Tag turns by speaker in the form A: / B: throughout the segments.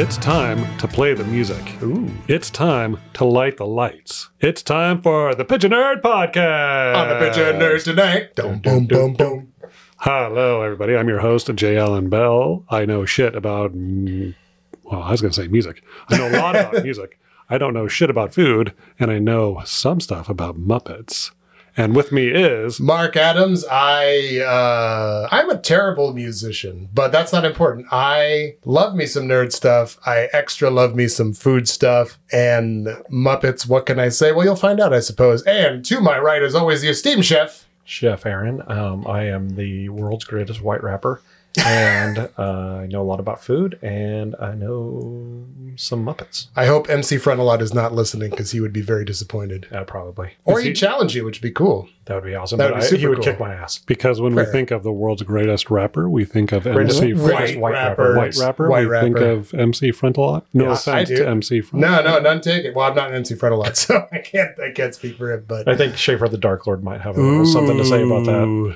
A: It's time to play the music.
B: Ooh.
A: It's time to light the lights. It's time for the Pigeon Nerd Podcast.
B: On the picture of nerds tonight. Uh, Dum, dum, dum, dum.
A: Hello, everybody. I'm your host, J. Allen Bell. I know shit about, mm, well, I was going to say music. I know a lot about music. I don't know shit about food, and I know some stuff about Muppets. And with me is,
B: Mark Adams, I uh, I'm a terrible musician, but that's not important. I love me some nerd stuff. I extra love me some food stuff and Muppets. What can I say? Well, you'll find out, I suppose. And to my right, as always, the esteemed chef.
C: Chef Aaron. Um, I am the world's greatest white rapper, and uh, I know a lot about food, and I know some Muppets,
B: I hope MC Frontalot is not listening because he would be very disappointed.
C: uh, probably.
B: Or
A: Is
B: he'd
A: he-
B: challenge you, which would be cool.
C: That would be awesome.
B: That would
C: but
B: be
C: I- he
B: super
C: would
B: cool.
C: kick my ass.
A: because when we
B: Fair.
A: think of the world's greatest rapper, we think of
C: Greatest-
A: MC
C: greatest
B: White rapper.
A: White rapper.
B: White
A: we think
B: rapper.
A: of MC Frontalot. No
B: Yeah, I
A: offense
B: do.
A: to MC Frontalot.
B: No, no, none take it. Well, I'm not an MC Frontalot, so I can't I can't speak for him, but
C: I think Schaefer the Dark Lord might have a- something to say about that.
A: Ooh.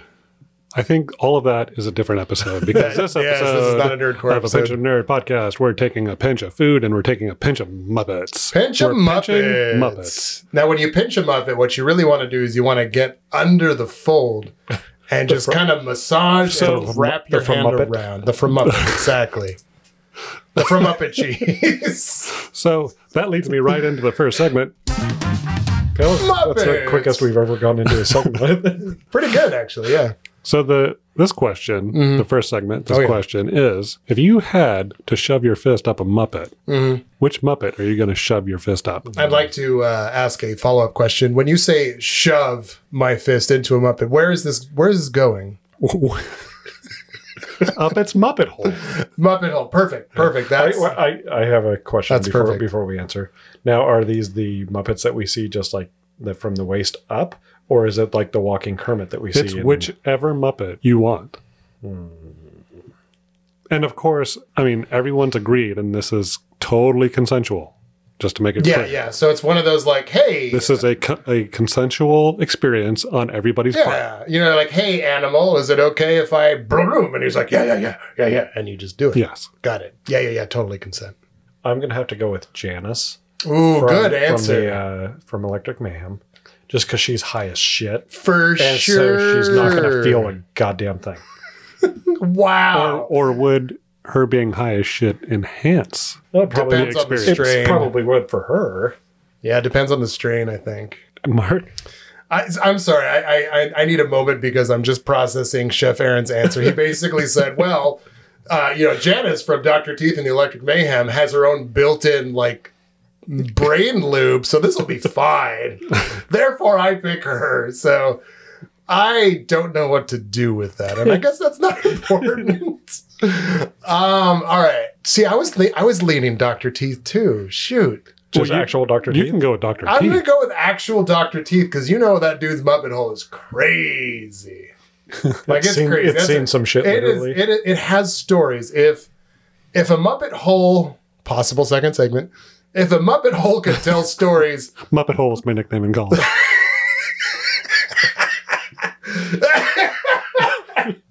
A: I think all of that is a different episode because this episode
B: Yes, this is not a nerdcore
A: of a Pinch
B: episode.
A: of Nerd podcast, we're taking a pinch of food and we're taking a pinch of Muppets.
B: Pinch a
A: We're pinching
B: Muppet.
A: Muppets.
B: Now, when you pinch a Muppet, what you really want to do is you want to get under the fold and just kind of massage
C: So-
B: and wrap
C: the
B: your
C: from
B: hand
C: Muppet?
B: around. The from Muppet, exactly. The from Muppet cheese.
A: So that leads me right into the first segment.
C: That was- That's the
B: Muppets!
C: quickest we've ever gone into a segment.
B: Pretty good, actually, yeah.
A: So the this question, the first segment, this
B: yeah.
A: question is: If you had to shove your fist up a Muppet, which Muppet are you going to shove your fist up?
B: I'd like to uh, ask a follow up question. When you say shove my fist into a Muppet, where is this? Where is this going?
A: up its Muppet hole.
B: Muppet hole. Perfect. Perfect.
C: I,
B: That's
C: I, I have a question
B: That's
C: before,
B: perfect.
C: before we answer. Now, are these the Muppets that we see just like the, from the waist up, or is it like the walking Kermit that we
A: It's
C: see? in-
A: whichever Muppet you want. And of course, I mean, everyone's agreed, and this is totally consensual, just to make it
B: yeah,
A: clear.
B: yeah. So it's one of those like, hey,
A: This is a, co- a consensual experience on everybody's part.
B: Yeah, you know, like, hey, animal, is it okay if I broom? And he's like, yeah, yeah, yeah, yeah, yeah, and you just do it.
A: Yes.
B: got it. Yeah, yeah, yeah, totally consent.
C: I'm going to have to go with Janice.
B: Ooh,
C: from-
B: Oh, good
C: From,
B: answer
C: the, uh, from Electric Mayhem, just because she's high as shit,
B: for
C: and
B: sure.
C: so she's not going to feel a goddamn thing.
A: Or,
B: Wow,
A: or would her being high as shit enhance?
C: Well, it probably
B: depends on the
A: experience.
C: it's
B: strain.
C: probably would for her.
B: yeah, it depends on the strain, I think.
A: Mark,
B: I, I'm sorry, I, I- I I need a moment because I'm just processing Chef Aaron's answer. He basically said, well, uh, you know, Janice from Doctor Teeth and the Electric Mayhem has her own built-in like brain lube, so this will be fine. Therefore, I pick her. So I don't know what to do with that, and I guess that's not important. um, all right. See, I was le- I was leaning Doctor Teeth too. Shoot.
C: Just
A: you-
C: actual Doctor
A: you can
C: Teeth.
A: go with Dr.
B: I'm
A: Teeth.
B: gonna go with actual Doctor Teeth because you know that dude's Muppet hole is crazy. like it's
C: seen-
B: crazy.
C: it's
B: That's
C: seen
B: it.
C: some shit,
B: It is.
C: literally.
B: It it has stories. If if a Muppet hole possible second segment, if a Muppet hole could tell stories,
A: Muppet hole is my nickname in college.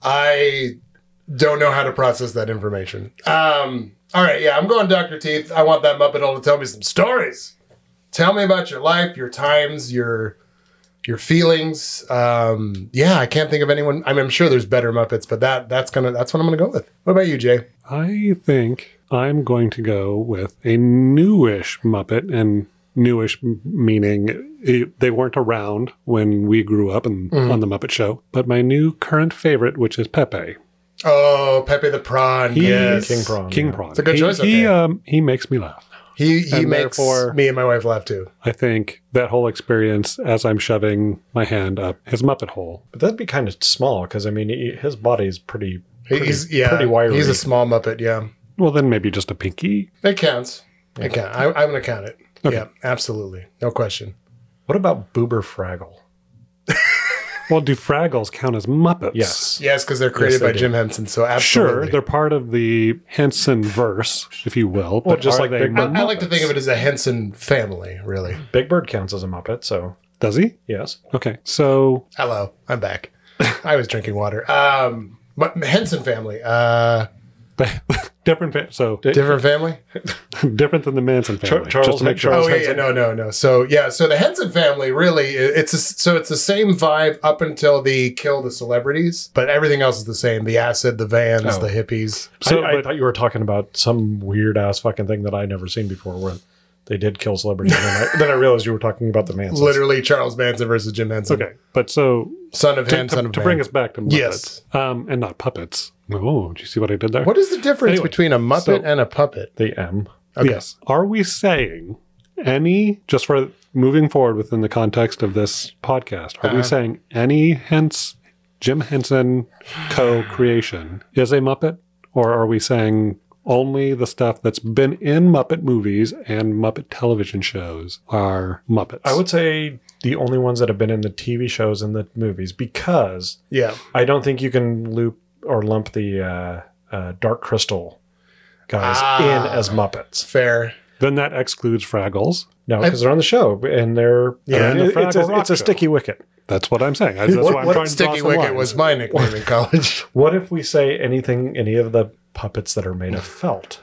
B: I don't know how to process that information. Um, all right, yeah, I'm going Dr. Teeth. I want that Muppet hole to tell me some stories. Tell me about your life, your times, your your feelings. Um, yeah, I can't think of anyone. I mean, I'm sure there's better Muppets, but that that's gonna that's what I'm gonna go with. What about you, Jay?
A: I think I'm going to go with a newish Muppet, and newish m- meaning it, they weren't around when we grew up and on the Muppet Show. But my new current favorite, which is Pepe,
B: Oh, Pepe the Prawn. yes,
C: King Prawn.
A: King
C: yeah.
A: Prawn. Oh, It's
B: a good
A: he,
B: choice, okay.
A: He um, he makes me laugh.
B: He he
A: And
B: makes
A: therefore-
B: me and my wife laugh too.
A: I think that whole experience as I'm shoving my hand up his Muppet hole.
C: But that'd be kind of small because I mean he, his body's pretty. pretty
B: he's yeah,
C: pretty wiry.
B: he's a small Muppet. Yeah,
A: Well, then maybe just a pinky.
B: it counts. It count. I, I'm gonna count it. Yeah, absolutely, no question.
C: what about Boober Fraggle?
A: Well, do Fraggles count as Muppets?
C: Yes.
B: Yes, because they're created
C: they
B: by
C: do.
B: Jim Henson. So
A: Sure,
B: absolutely.
A: they're part of the Henson verse, if you will. But Hmm.
C: just
A: are
C: like
A: they
C: Big Bird.
B: I like to
A: Muppets?
B: think of it as a Henson family, really.
C: Big Bird counts as a Muppet, so
A: Does he?
C: yes.
A: Okay, so
B: Hello, I'm back. I was drinking water. Um, but Henson family. Uh,
A: the different. Fa- so
C: Di-
B: Different family?
A: different than the Manson family.
C: Charles
A: just to make sure.
C: Henson.
B: oh yeah, yeah, no, no, no. So yeah, so the Henson family really i- it's a, so it's the same vibe up until the kill the celebrities, but everything else is the same. The acid, the vans,
C: Oh.
B: the hippies.
A: So,
C: I, I
A: but-
C: thought you were talking about some weird ass fucking thing that I never seen before where they did kill celebrities. and then, I, then I realized you were talking about the Mansons.
B: Literally Charles Manson versus Jim Henson.
A: Okay, but so
B: Son of
A: to,
B: Hen, son
A: to-
B: of
A: to
B: Man.
A: bring us back to Muppets,
B: Yes.
A: um, and not puppets. Oh, did you see what I did there?
B: What is the difference
A: Anyway,
B: between a
A: so-
B: Muppet and a puppet?
C: The M.
B: Okay.
A: Yes. Are we saying any, just for moving forward within the context of this podcast, are
B: Uh-huh.
A: we saying any hence Jim Henson co creation is a Muppet? Or are we saying only the stuff that's been in Muppet movies and Muppet television shows are Muppets?
C: I would say the only ones that have been in the TV shows and the movies because
B: Yeah.
C: I don't think you can loop or lump the uh, uh, Dark Crystal guys
B: Ah.
C: in as Muppets.
B: Fair.
A: then that excludes Fraggles.
C: No, because they're on the show and they're
B: Yeah,
C: they're in
A: the
C: it- it's,
A: Fraggle
C: a,
A: Rock
C: it's a
A: show.
C: sticky wicket.
A: That's what I'm saying. I- That's
C: What-
A: why I'm
C: what
A: trying to draw
B: Sticky
A: some
B: Wicket
A: lines.
B: was my nickname in college.
C: What if we say anything, any of the puppets that are made of felt?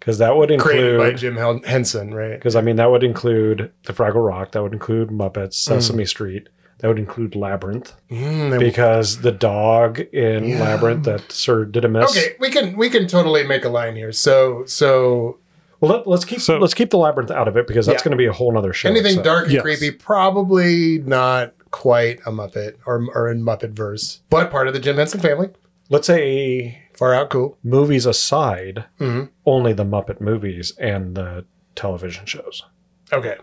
C: Because that would
B: Created by
C: include.
B: Jim Hen- Henson, right?
C: Because I mean, that would include the Fraggle Rock. That would include Muppets,
B: Hmm.
C: Sesame Street. That would include Labyrinth.
B: Mm, they-
C: because the dog in
B: Yeah.
C: Labyrinth that Sir Didymus.
B: okay, we can we can totally make a line here. So so
C: Well, let, let's keep
A: So-
C: let's keep the Labyrinth out of it because that's
B: Yeah.
C: going to be a whole other show.
B: anything
C: so-
B: dark and
A: yes.
B: creepy, probably not quite a Muppet or or in Muppet verse, but part of the Jim Henson family.
C: Let's say
B: Far out cool.
C: movies aside,
B: Mhm.
C: only the Muppet movies and the television shows.
B: Okay,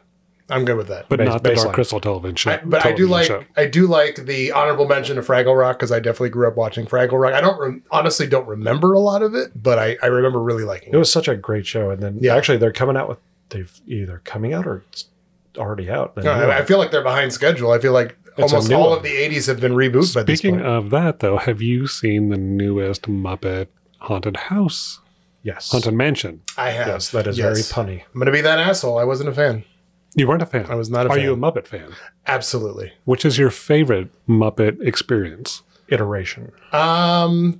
B: I'm good with that.
A: But
C: Base-
A: not the
C: baseline.
A: Dark Crystal television show.
B: I, but I do
A: television
B: like
A: show.
B: I do like the honorable mention of Fraggle Rock because I definitely grew up watching Fraggle Rock. I don't rem- honestly don't remember a lot of it, but I, I remember really liking
C: It
B: it.
C: was such a great show, and then
B: Yeah.
C: actually they're coming out with they've either coming out or it's already out. The
B: No,
C: new
B: I, I
C: one.
B: feel like they're behind schedule. I feel like
C: a
B: almost
C: new
B: all
C: one.
B: of the '80s have been rebooted by this
A: Speaking
B: point.
A: of that, though, have you seen the newest Muppet haunted house,
C: yes,
A: haunted mansion?
B: I have.
C: yes, that is
B: Yes.
C: very punny.
B: I'm gonna be that asshole. I wasn't a fan.
A: You weren't a fan.
B: I was not a
A: Are
B: fan.
A: you a Muppet fan?
B: Absolutely.
A: Which is your favorite Muppet experience?
C: Iteration.
B: Um,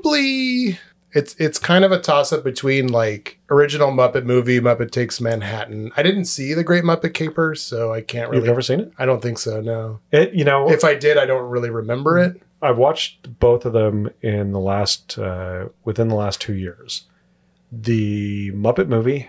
B: probably it's it's kind of a toss up between like original Muppet movie, Muppet Takes Manhattan. I didn't see the Great Muppet Caper, so I can't
C: You've
B: really.
C: never seen it?
B: I don't think so. No.
C: It you know
B: If I did, I don't really remember it.
C: I've watched both of them in the last uh, within the last two years. The Muppet movie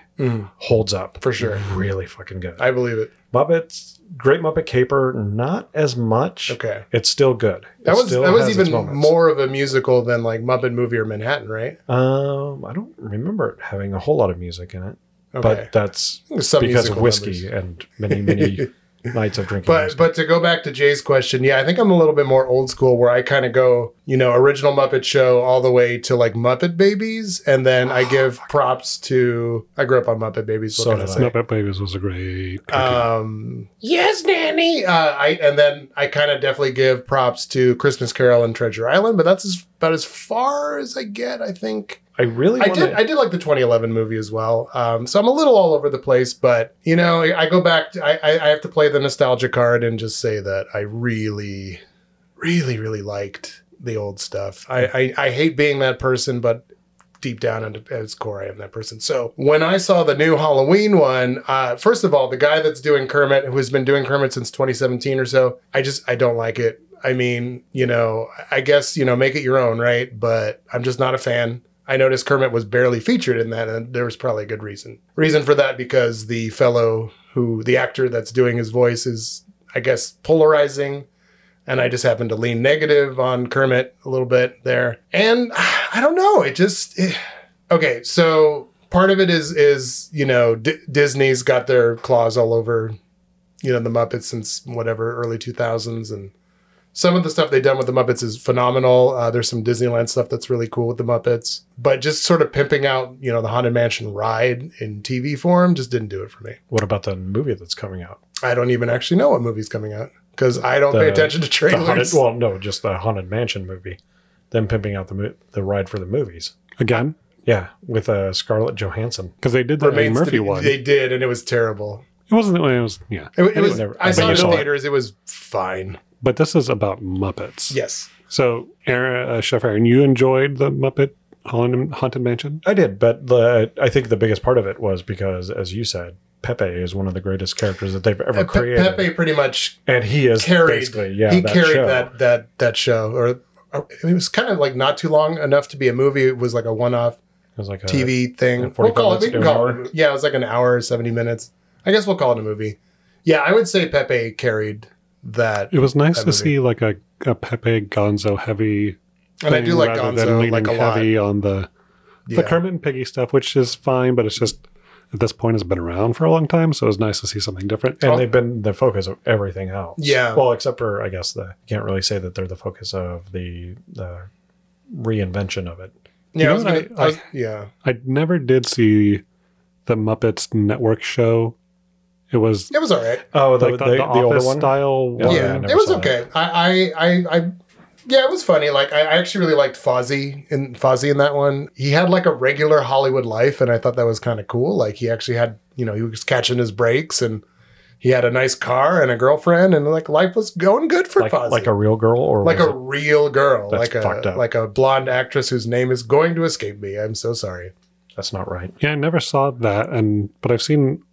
C: holds up
B: For sure.
C: really fucking good.
B: I believe it.
C: Muppets, Great Muppet Caper, not as much.
B: Okay.
C: It's still good.
B: That
C: It
B: was
C: still
B: that was
C: has its
B: even
C: moments.
B: more of a musical than like Muppet Movie or Manhattan, right?
C: Um, I don't remember it having a whole lot of music in it,
B: Okay.
C: but that's
B: Some
C: because
B: musical
C: of whiskey
B: numbers.
C: and many many nights of drinking.
B: But
C: whiskey.
B: but to go back to Jay's question, yeah, I think I'm a little bit more old school where I kind of go, you know, original Muppet show all the way to like Muppet Babies, and then I give props to I grew up on Muppet Babies. What
C: So
B: can I
C: did
B: say?
C: Right.
A: Muppet Babies was a great.
B: Um, yes, Nanny. Uh, I and then I kind of definitely give props to Christmas Carol and Treasure Island, but that's as, about as far as I get. I think
C: I really
B: I
C: wanna-
B: did. I did like the 2011 movie as well. Um, so I'm a little all over the place, but you know, I go back. To, I, I I have to play the nostalgia card and just say that I really, really, really liked the old stuff. I I, I hate being that person, but deep down at at its core, I am that person. So when I saw the new Halloween one, uh, first of all, the guy that's doing Kermit, who has been doing Kermit since 2017 or so, I just I don't like it. I mean, you know, I guess you know, make it your own, right? But I'm just not a fan. I noticed Kermit was barely featured in that, and there was probably a good reason. Reason for that because the fellow who the actor that's doing his voice is, I guess, polarizing and I just happened to lean negative on Kermit a little bit there. And I don't know, it just it- okay. So part of it is is you know D- Disney's got their claws all over you know the Muppets since whatever early two thousands and. Some of the stuff they've done with the Muppets is phenomenal. Uh, there's some Disneyland stuff that's really cool with the Muppets, but just sort of pimping out, you know, the Haunted Mansion ride in TV form just didn't do it for me.
C: What about the movie that's coming out?
B: I don't even actually know what movie's coming out because I don't
C: The-
B: pay attention to
C: The
B: trailers.
C: haunted, well, no, just the haunted mansion movie. Them pimping out the mo- the ride for the movies.
A: Again,
C: Yeah, with uh, Scarlett Johansson.
A: because they did the Eddie
B: remains to
A: Murphy
B: be-
A: one.
B: They did, and it was terrible.
A: it wasn't. It was yeah.
B: It, wa- it was.
C: never-
B: I
C: but
B: saw
C: you
B: it
C: saw
B: in
C: it.
B: theaters. It was fine.
A: But this is about Muppets.
B: Yes,
A: So, Aaron, uh, Chef Aaron, you enjoyed the Muppet Haunted, Haunted Mansion?
C: I did, but the I think the biggest part of it was because, as you said, Pepe is one of the greatest characters that they've ever
B: Uh, Pe-
C: created,
B: Pepe pretty much
C: and he is
B: carried.
C: basically yeah
B: he
C: that
B: carried
C: show.
B: that that that show, or, or it was kind of like not too long enough to be a movie. It was like a one-off
C: It was like a,
B: TV thing.
C: 45
B: We'll call it.
C: Uh, minutes
B: We can
C: to
B: call it.
C: an
B: a
C: hour.
B: movie. Yeah, it was like an hour or seventy minutes. I guess we'll call it a movie. Yeah, I would say Pepe carried that,
A: It was nice
B: That
A: to
B: movie.
A: see like a, a Pepe Gonzo heavy.
B: and I do
A: thing
B: like
A: rather than
B: Gonzo
A: leaning
B: like a lot.
A: heavy on the
B: Yeah.
A: the Kermit and Piggy stuff, which is fine, but it's just at this point has been around for a long time, so it was nice to see something different.
C: and
B: Oh.
C: they've been the focus of everything else.
B: Yeah.
C: Well, except for I guess the you can't really say that they're the focus of the the reinvention of it.
B: Yeah, I
A: know
B: was
A: what I-
B: gonna- I was- yeah.
A: I never did see the Muppets network show. It was
B: It was all right.
C: Oh, the
A: like the,
C: the,
A: the,
C: older
A: office
C: one.
A: style
C: Yeah.
A: one.
B: yeah,
C: I never
B: it was
C: saw
B: okay. I, I, I, I, yeah, it was funny. Like I, I actually really liked Fozzie in Fozzie in that one. He had like a regular Hollywood life, and I thought that was kind of cool. Like he actually had, you know, he was catching his breaks, and he had a nice car and a girlfriend, and like life was going good for
C: Like,
B: Fozzie.
C: like a real girl or
B: like
C: was
B: a
C: it-
B: real girl,
C: That's
B: like
C: fucked
B: a
C: up.
B: like a blonde actress whose name is going to escape me. I'm so sorry.
C: that's not right.
A: Yeah, I never saw that, and but I've seen,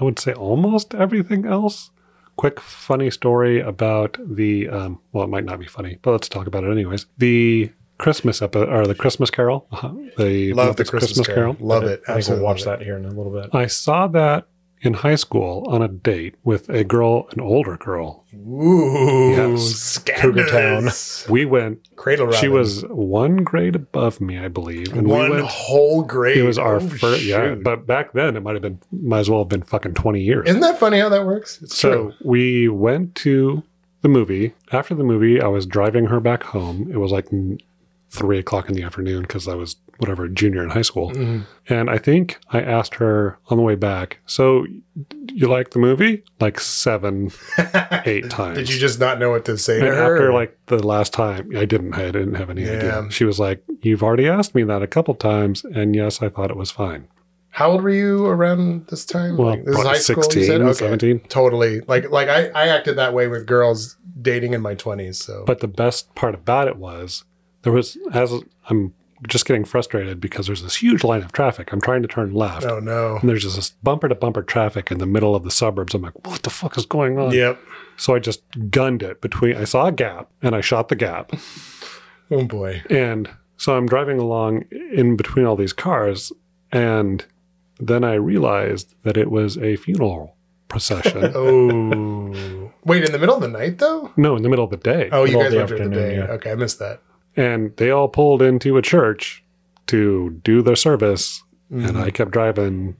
A: I would say almost everything else. Quick funny story about the um, well, it might not be funny, but let's talk about it anyways. The Christmas epi- or the Christmas Carol, uh the
B: Love the
A: Muppets
B: Christmas, Carol. Love it.
C: I think we'll
B: Absolutely.
C: watch
B: love
C: that here in a little bit.
A: I saw that in high school on a date with a girl, an older girl.
B: it. Ooh,
A: Yes.
C: Cougar Town.
B: scandalous.
A: We went.
B: Cradle Robin.
A: She was one grade above me, I believe, and
B: one
A: we went.
B: whole grade.
A: It was our
B: Oh,
A: first, yeah.
B: shoot.
A: But back then, it might have been, might as well have been fucking twenty years.
B: Isn't that funny how that works? It's
A: So we went to the movie. After the movie, I was driving her back home. It was like n- three o'clock in the afternoon because I was whatever junior in high school. And I think I asked her on the way back, "So, d- you like the movie?" Like seven, eight times.
B: Mm-hmm. Did you just not know what to say to
A: And
B: her?
A: after like the last time, I didn't. I didn't have any
B: Yeah.
A: idea. She was like, "You've already asked me that a couple times, and yes, I thought it was fine."
B: how old were you around this time?
A: Well,
B: Hmm. Like, this is
A: probably
B: high school. you
A: 16, 17.
B: Totally. Like like I, I acted that way with girls dating in my twenties. So
A: But the best part about it was there was as I'm just getting frustrated because there's this huge line of traffic. I'm trying to turn left.
B: oh no.
A: And there's just this bumper to bumper traffic in the middle of the suburbs. I'm like, what the fuck is going on?
B: Yep.
A: So I just gunned it between I saw a gap and I shot the gap.
B: Oh boy.
A: And so I'm driving along in between all these cars and then I realized that it was a funeral procession.
B: Oh. Wait, in the middle of the night though?
A: no, in the middle of the day.
B: Oh, you
C: Middle
B: guys
C: of the
B: went during the day.
C: afternoon, yeah.
B: Okay, I missed that.
A: and they all pulled into a church to do their service
B: Mm. Mm-hmm.
A: and i kept driving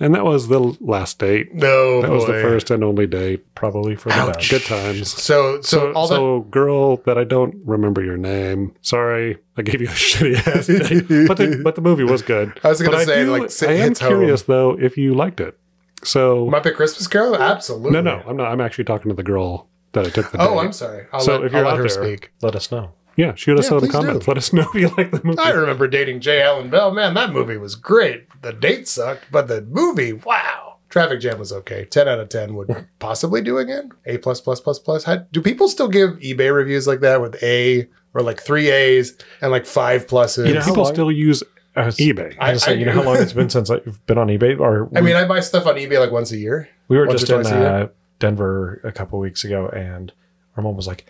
A: and that was the last date
B: No.
A: that was the
B: Oh, boy.
A: first and only date uh,
C: Probably for the best.
A: good times
B: So so,
A: so,
B: all that
A: so girl that i don't remember your name sorry i gave you a shitty ass date but the, but the movie was good
B: I was gonna
A: But
B: say,
A: do-
B: like, sit-
A: i am
B: hits home.
A: curious though if you liked it so
B: Muppet Christmas Carol? Absolutely.
A: no no i'm not i'm actually talking to the girl that i took the
B: Oh,
A: date.
B: I'm sorry. I'll
A: So
B: let,
A: if you're
B: I'll let
A: out
B: her
A: there-
B: speak.
C: Let us know.
A: yeah shoot us
B: Yeah,
A: out in the
B: please do.
A: comments let us know if you like the movie
B: I remember dating J. Allen Bell. Man, that movie was great. The date sucked, but the movie, wow. Traffic Jam was okay. Ten out of ten would possibly do again. A plus plus plus plus. How, do people still give eBay reviews like that with A or like three A's and like five pluses?
C: You know how
A: people
C: long-
A: still use
C: I was,
A: ebay
C: I was
B: I-
C: saying, you know how long it's been since like, you've been on eBay? Or
B: I mean, I buy stuff on eBay like once a year.
C: We were
B: Once
C: just
B: or
C: in
B: twice a year.
C: uh, Denver a couple weeks ago, and our mom was like,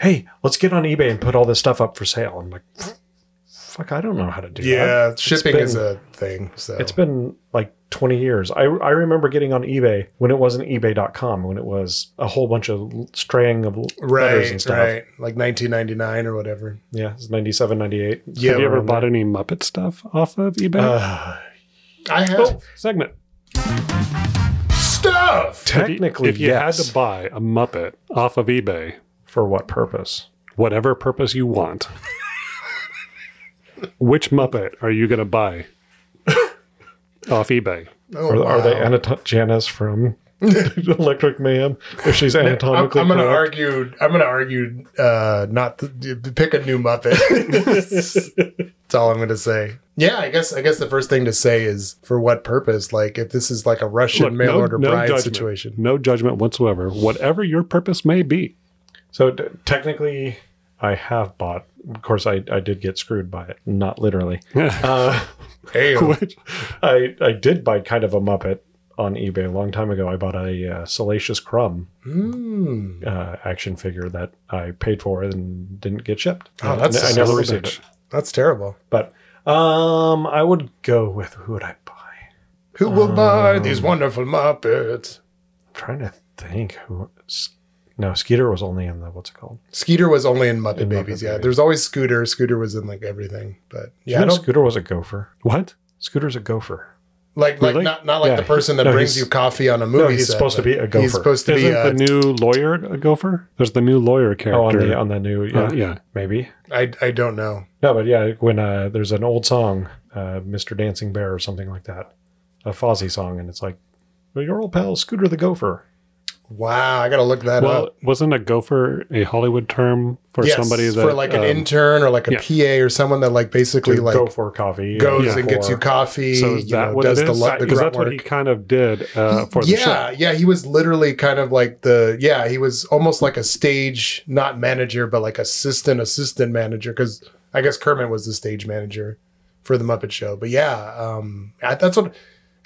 C: "Hey, let's get on eBay and put all this stuff up for sale." I'm like, "Fuck, I don't know how to do that."
B: Yeah,
C: It's
B: shipping is
C: been-
B: a thing. So
C: It's been like 20 years. I I remember getting on eBay when it wasn't eBay.com, when it was a whole bunch of l- straying of l- letters and
B: right,
C: stuff.
B: right, like 1999 or whatever.
C: Yeah, it's 97, 98.
B: Yeah.
A: Have you ever
C: Around
A: bought any Muppet stuff off of eBay?
C: Uh,
B: I have
A: oh, segment.
B: stuff.
C: technically,
A: if you, if you had
C: yes.
A: to buy a Muppet off of eBay,
C: for what purpose?
A: whatever purpose you want, which Muppet are you going to buy off eBay?
B: Oh,
C: Are, are they
B: wow.
C: anato- Janice from Electric Man? If she's
B: I'm,
C: anatomically
B: I'm going to
C: correct?
B: argue. I'm going to argue. Uh, not to, to pick a new Muppet. That's all I'm going to say. Yeah, I guess. I guess the first thing to say is for what purpose? Like, if this is like a Russian
A: Look,
B: mail
A: no-
B: order
A: no
B: bride
A: judgment.
B: situation,
A: No judgment whatsoever. Whatever your purpose may be.
C: So t- technically, I have bought. Of course, I, I did get screwed by it, not literally. Uh,
B: Hey, oh,
A: Which-
C: I I did buy kind of a Muppet on eBay a long time ago. I bought a uh, Salacious Crumb
B: mm.
C: uh, action figure that I paid for and didn't get shipped.
B: Oh, that's
C: I,
B: a
C: I never
A: son of a
C: received
A: bitch.
C: it.
B: that's terrible.
C: But um, I would go with who would I buy?
B: Who will
C: Uh,
B: buy these wonderful Muppets?
C: I'm trying to think who. S- No, Skeeter was only in the what's it called?
B: Skeeter was only in Muppet
C: In Muppet
B: Babies. yeah,
C: Babies.
B: there's always Scooter. Scooter was in like everything, but
C: Yeah,
B: yeah, I don't,
C: Scooter was a gopher.
A: What?
C: Scooter's a gopher.
B: like
A: Really?
B: like not not like
C: Yeah,
B: the person that
C: no,
B: brings
C: he's-
B: you coffee on a movie.
C: No, he's
B: set,
C: supposed to
B: but
C: be a gopher.
B: He's supposed to
A: Isn't
B: be. Uh,
A: the new lawyer a gopher? There's the new lawyer character.
C: Oh, on the on the new yeah,
A: Uh, yeah.
C: maybe.
B: I I don't know.
C: No, but yeah, when uh, there's an old song, uh, Mr. Dancing Bear or something like that, a Fozzie song, and it's like, well, your old pal Scooter the Gopher.
B: Wow, I gotta look that
A: Well,
B: up.
A: wasn't a gopher a Hollywood term for
B: uh, Yes,
A: somebody that
B: for like an
A: um,
B: intern or like a
A: yeah.
B: PA or someone that like basically
C: To
B: like
C: go for coffee.
B: goes
A: Yeah.
B: and gets you coffee.
A: So is
B: you
A: that
B: know,
A: what
B: does
A: it
B: the,
A: is?
B: lo- the
A: Because
B: grunt
A: that's
B: work.
A: what he kind of did uh, for the
B: yeah, yeah, he was literally kind of like the yeah, he was almost like a stage not manager but like assistant assistant manager because I guess Kermit was the stage manager for the Muppet Show. But yeah, um, I, that's what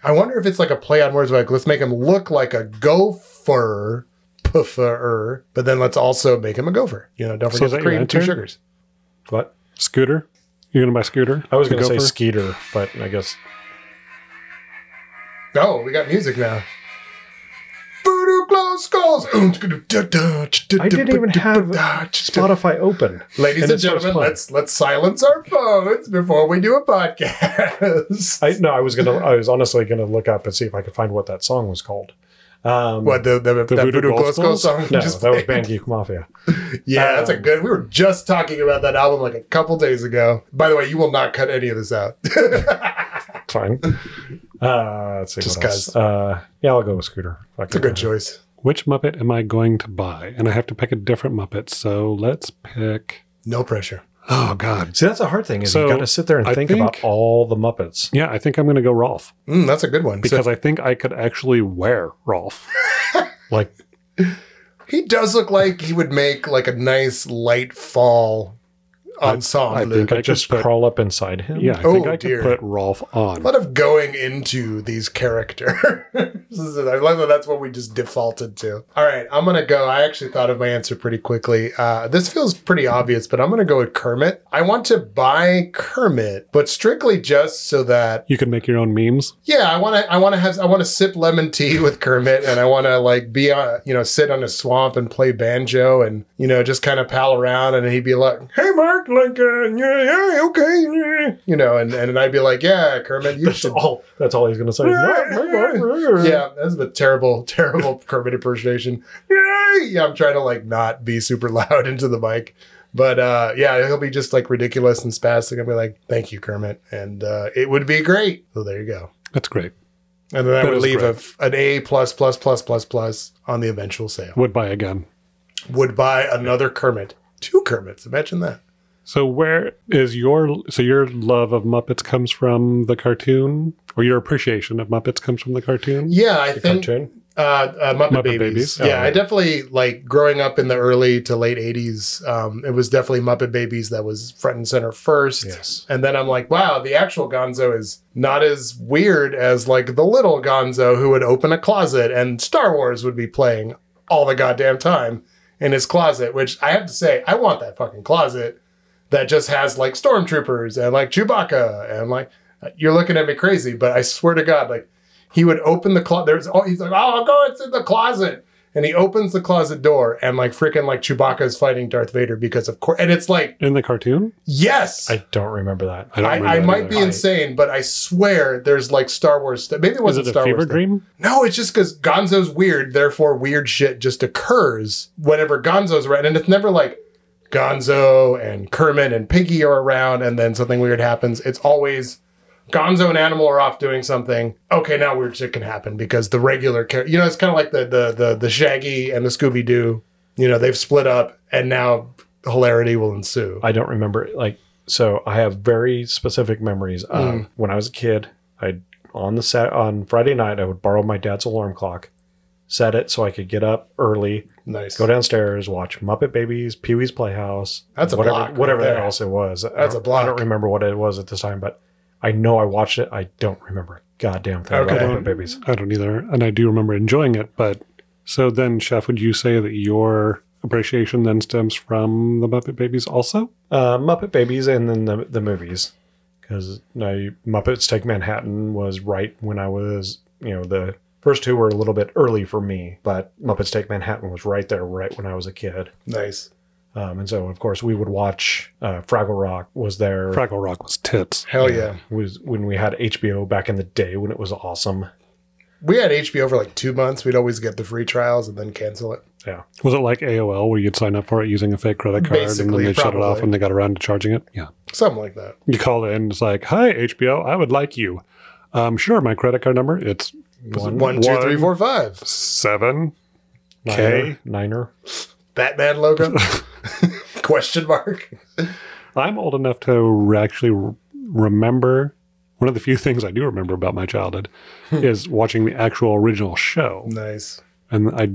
B: I wonder if it's like a play on words like let's make him look like a gopher, puffer, but then let's also make him a gopher. You know, don't
A: So
B: forget
A: is that
B: the
A: your
B: cream, two
A: intern?
B: sugars.
C: What?
A: show. Scooter? You're going to buy Scooter?
C: I was
A: The
C: going to say
A: gopher?
C: Skeeter, but I guess
B: Oh, we got music now. Voodoo glow skulls. I
C: I didn't even have Spotify open.
B: Ladies and,
C: it starts
B: gentlemen,
C: playing.
B: let's let's silence our phones before we do a podcast.
C: I no, I was gonna. I was honestly gonna look up and see if I could find what that song was called. Um,
B: what the the, that
A: Voodoo
B: Voodoo Glow Skull
A: Gospels?
B: song? we
C: No,
B: just
C: that was
B: played?
C: Band Geek Mafia.
B: Yeah, that's a
C: um,
B: good. We were just talking about that album like a couple days ago. By the way, you will not cut any of this out.
C: Fine. Uh, let's see
B: Just
C: what else. Uh, yeah, I'll go with Scooter.
B: It's a good choice.
A: Which Muppet am I going to buy? And I have to pick a different Muppet. So let's pick.
B: No pressure.
A: Oh, God.
C: See, that's a hard thing. Is
A: So,
C: you got to sit there and
A: I
C: think, about
A: think-
C: all the Muppets.
A: Yeah, I think I'm going to go Rolf
B: Mm, that's a good one.
A: because
B: so
A: I think I could actually wear Rolf.
C: Like
B: he does look like he would make like a nice light fall ensemble.
A: I think I
C: just
A: just could put,
C: crawl up inside him.
A: yeah, I
B: Oh,
A: think I could
B: dear.
A: put Rolf on.
B: a lot of going into these characters. I love that that's what we just defaulted to. All right, I'm gonna go. I actually thought of my answer pretty quickly. Uh, this feels pretty obvious, but I'm gonna go with Kermit. I want to buy Kermit, but strictly just so that
A: You could make your own memes.
B: yeah, I want to. I want to have. I want to sip lemon tea with Kermit, and I want to like be on, you know, sit on a swamp and play banjo, and you know, just kind of pal around, and he'd be like, "Hey, Mark, like, uh, yeah, yeah, okay, yeah," you know," and and I'd be like, "Yeah, Kermit, you
C: that's
B: should."
C: all. That's all he's gonna say. yeah.
B: Yeah, that's a terrible, terrible Kermit impersonation. Yay! Yeah, I'm trying to like not be super loud into the mic. But uh, yeah, he'll be just like ridiculous and spastic and be like, thank you, Kermit. And uh, it would be great. So there you go.
A: That's great.
B: And then I
A: That
B: would
A: is
B: leave a,
A: great.
B: f- an A plus plus plus plus plus on the eventual sale.
A: Would buy again.
B: Would buy another Kermit. Two Kermits. Imagine that.
A: So where is your so your love of Muppets comes from the cartoon, or your appreciation of Muppets comes from the cartoon?
B: Yeah, I
C: The
B: think
C: cartoon.
B: uh, uh, Muppet,
A: Muppet
B: Babies.
A: Babies.
B: Yeah,
C: Oh.
B: I definitely like growing up in the early to late '80s. Um, it was definitely Muppet Babies that was front and center first.
C: Yes.
B: And then I'm like, wow, the actual Gonzo is not as weird as like the little Gonzo who would open a closet and Star Wars would be playing all the goddamn time in his closet. Which I have to say, I want that fucking closet that just has like stormtroopers and like Chewbacca and like you're looking at me crazy, but I swear to God, like he would open the closet. There's all he's like, oh, go into the closet, and he opens the closet door, and like freaking like Chewbacca is fighting Darth Vader because of course, and it's like
A: In the cartoon,
B: yes.
C: I don't remember that.
A: don't
B: I,
A: remember
B: I
A: that
B: might
A: either.
B: be insane, but I swear there's like Star Wars stuff. Maybe it
A: Is
B: wasn't
A: it a
B: Star
A: fever
B: Wars. stuff.
A: dream?
B: No, it's just because Gonzo's weird, therefore weird shit just occurs whenever Gonzo's around. And it's never like Gonzo and Kermit and Piggy are around and then something weird happens. It's always Gonzo and Animal are off doing something. Okay, now weird shit can happen because the regular character, you know, it's kind of like the, the the the Shaggy and the Scooby Doo. You know, they've split up and now hilarity will ensue.
C: I don't remember. Like, so I have very specific memories of
B: Mm.
C: when I was a kid. I on the set on Friday night, I would borrow my dad's alarm clock, set it so I could get up early,
B: Nice.
C: go downstairs, watch Muppet Babies, Pee Wee's Playhouse.
B: That's a
C: whatever,
B: block right
C: whatever
B: there.
C: that else it was. I
B: That's
C: don't-
B: a block.
C: I don't remember what it was at this time, but I know I watched it. I don't remember a goddamn thing
B: Okay.
C: about Muppet Babies.
A: I don't either, and I do remember enjoying it. But so then, Chef, would you say that your appreciation then stems from the Muppet Babies also?
C: Uh, Muppet Babies and then the, the movies. Because Muppets Take Manhattan was right when I was, you know, the first two were a little bit early for me, but Muppets Take Manhattan was right there, right when I was a kid.
B: Nice.
C: Um, and so, of course, we would watch uh, Fraggle Rock was there.
A: Fraggle Rock was tits.
B: Hell yeah.
C: was when we had HBO back in the day when it was awesome.
B: We had HBO for like two months. We'd always get the free trials and then cancel it.
C: Yeah.
A: Was it like AOL where you'd sign up for it using a fake credit card and then
B: Basically,
A: they shut it off
B: probably.
A: when they got around to charging it? Yeah.
B: Something like that.
A: You call in, it's like, hi, HBO, I would like you. Um, sure, my credit card number, it's
C: One,
B: One, two, three, four, five.
A: seven.
C: Niner, Niner.
B: Batman logo? Question mark.
A: I'm old enough to re- actually re- remember one of the few things I do remember about my childhood
C: Hmm.
A: is watching the actual original show,
B: Nice.
A: and I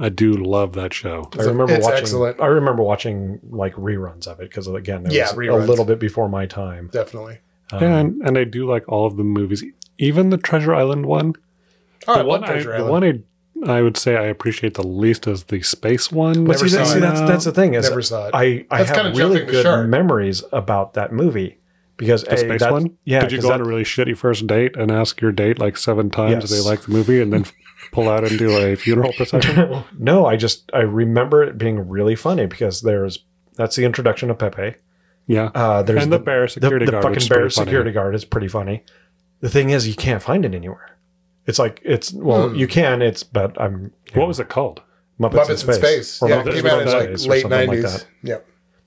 A: I do love that show.
C: I remember
B: it's
C: watching.
B: excellent.
C: I remember watching like reruns of it because again, it
B: Yeah,
C: was
B: reruns.
C: a little bit before my time.
B: Definitely.
C: Um,
A: and and I do like all of the movies, even the Treasure Island one.
B: Oh, I
A: the, one
B: love Treasure
A: I,
B: Island.
A: the one I I would say I appreciate the least is the space one.
C: but
B: Never
C: see, that-
B: saw
C: see,
B: it.
C: that's that's the thing is
B: Never saw it.
C: I I
B: That's
C: have
B: kinda
C: really
B: jumping the
C: good
B: shark.
C: memories about that movie because
A: the space one.
C: Yeah,
A: Did you
C: 'cause
A: go
C: that-
A: on a really shitty first date and ask your date like seven times if
C: Yes.
A: they like the movie, and then pull out and do a funeral procession?
C: no, I just I remember it being really funny because there's that's the introduction of Pepe.
A: Yeah.
C: Uh, there's
A: and the, bear security
C: the,
A: guard. which
C: fucking
A: is
C: bear
A: pretty funny.
C: security guard is pretty funny. The thing is, you can't find it anywhere. It's like it's well, you can. It's but I'm
A: What was it called?
C: Muppets,
B: Hmm. Muppets in Space.
C: or
B: Yeah,
C: Muppets
B: it came
C: in
B: out in like
C: Space or
B: late
C: something like
B: 90s.
C: that.
B: yeah.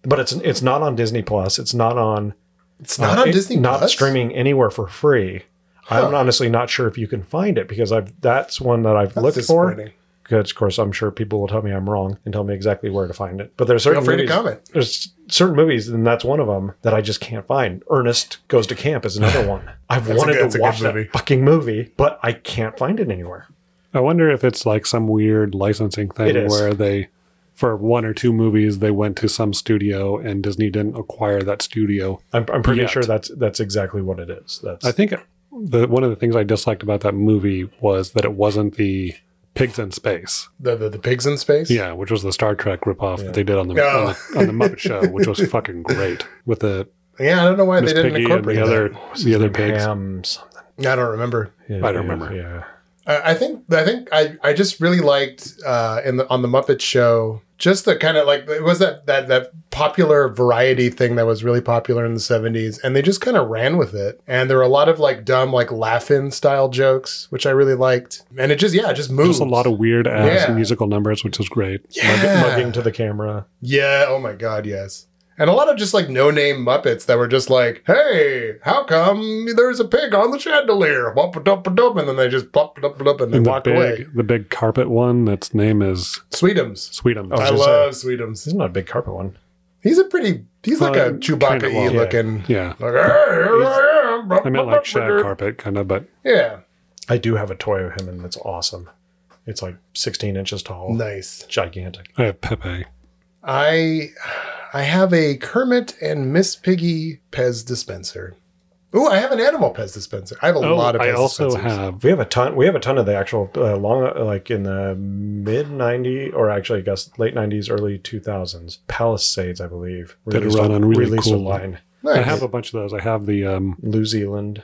C: but it's it's not on Disney Plus. It's not on
B: It's not
C: uh,
B: on
C: it-
B: Disney
C: Not
B: Plus?
C: streaming anywhere for free. I'm honestly not sure if you can find it because I've that's one that I've looked for.
B: disappointing.
C: Because of course I'm sure people will tell me I'm wrong and tell me exactly where to find it. But there's
B: Feel
C: certain
B: free to
C: movies,
B: comment.
C: there's certain movies, and that's one of them that I just can't find. Ernest Goes to Camp is another one. I've
B: That's a
C: wanted
B: good- that's a
C: to
B: good
C: watch that
B: movie.
C: fucking movie, but I can't find it anywhere.
A: I wonder if it's like some weird licensing
C: It
A: thing
C: is.
A: where they, for one or two movies, they went to some studio and Disney didn't acquire that studio.
C: I'm, I'm pretty
A: Yet.
C: sure that's that's exactly what it is. That's
A: I think the one of the things I disliked about that movie was that it wasn't the Pigs in Space,
B: The, the, the pigs in space?
A: yeah, which was the Star Trek ripoff
C: Yeah.
A: that they did on the,
B: Oh.
A: on the on the Muppet Show, which was fucking great with the
B: Yeah, I don't know why
A: Miss
B: they didn't
A: Piggy and
B: incorporate
A: the other the other pigs.
C: Ham something.
B: that. I don't remember.
A: I don't remember.
C: Yeah.
B: I I think I think I, I just really liked uh, in the on the Muppet Show just the kind of like it was that that that popular variety thing that was really popular in the seventies, and they just kind of ran with it. And there were a lot of like dumb like laugh-in style jokes, which I really liked. And it just yeah, it just moved
A: Just a lot of weird ass
B: Yeah.
A: musical numbers, which was great.
B: yeah.
C: Mugging to the camera.
B: Yeah, oh my god, yes. And a lot of just like no name Muppets that were just like, hey, how come there's a pig on the chandelier? Wop-a-dop-a-dop. And then they just pop up up and they
A: And the
B: walked
A: big,
B: away.
A: the big carpet one. That's name is
B: Sweetums.
A: Sweetums.
C: Oh,
B: I
C: just
B: love Sweetums.
C: This is not a big carpet one.
B: He's a pretty, he's like a
A: Um,
B: Chewbacca
A: kinda, well,
B: y
A: yeah.
B: looking.
A: yeah,
B: Like, hey, here I am.
A: I meant like shag carpet, kind of, but
B: Yeah.
C: I do have a toy of him, and it's awesome. It's like 16 inches tall,
B: Nice.
C: gigantic.
A: I have Pepe.
B: I I have a Kermit and Miss Piggy Pez dispenser. Ooh, I have an animal Pez dispenser. I have a lot of Pez
A: Oh, I also
B: dispensers.
A: have.
C: We have a ton. We have a ton of the actual uh, long, like in the mid 90s, or actually, I guess late 90s, early 2000s. Palisades, I believe,
A: Did a run on really
C: released
A: cool-
C: a line.
A: I
B: Nice.
A: have a bunch of those. I have the um,
C: New Zealand.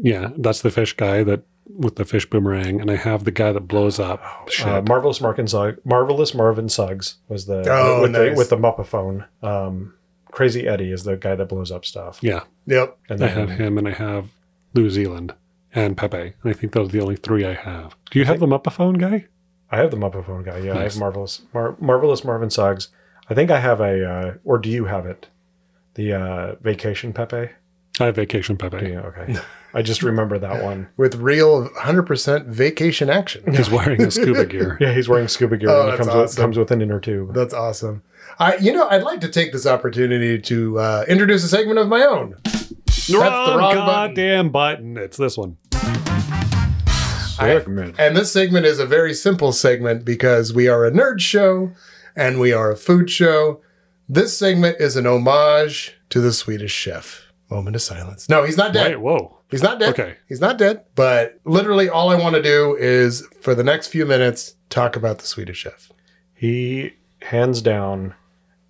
A: yeah, that's the fish guy that with the fish boomerang, and I have the guy that blows
B: Oh,
A: up shit.
C: Uh, Marvelous Marvin Sugg, Marvelous Marvin Suggs was the
B: Oh,
C: with
B: nice.
C: the with the Muppaphone. Um, Crazy Eddie is the guy that blows up stuff.
A: yeah,
B: yep.
C: And
A: I
C: then
A: have him, and I have New Zealand and Pepe, and I think those are the only three I have. Do you have the Muppaphone guy?
C: I have the Muppaphone guy. Yeah, I
A: Nice.
C: have marvelous, Mar- marvelous Marvin Suggs. I think I have a, uh, or do you have it? The uh, Vacation Pepe.
A: I have Vacation Pepe.
C: Yeah, okay. I just remember that one.
B: with real 100% vacation action.
A: He's wearing the scuba gear.
C: Yeah, he's wearing scuba gear
B: Oh,
C: and he
B: that's
C: comes with,
B: awesome.
C: comes with an inner tube.
B: That's awesome. I, you know, I'd like to take this opportunity to uh, introduce a segment of my own.
A: That's
B: wrong button.
A: goddamn button. It's this one.
C: segment.
B: And this segment is a very simple segment because we are a nerd show and we are a food show. This segment is an homage to the Swedish chef. Moment of silence. No, he's not dead.
A: Wait, whoa.
B: He's not dead.
A: Okay.
B: He's not dead. But literally, all I want to do is for the next few minutes talk about the Swedish chef.
C: he hands down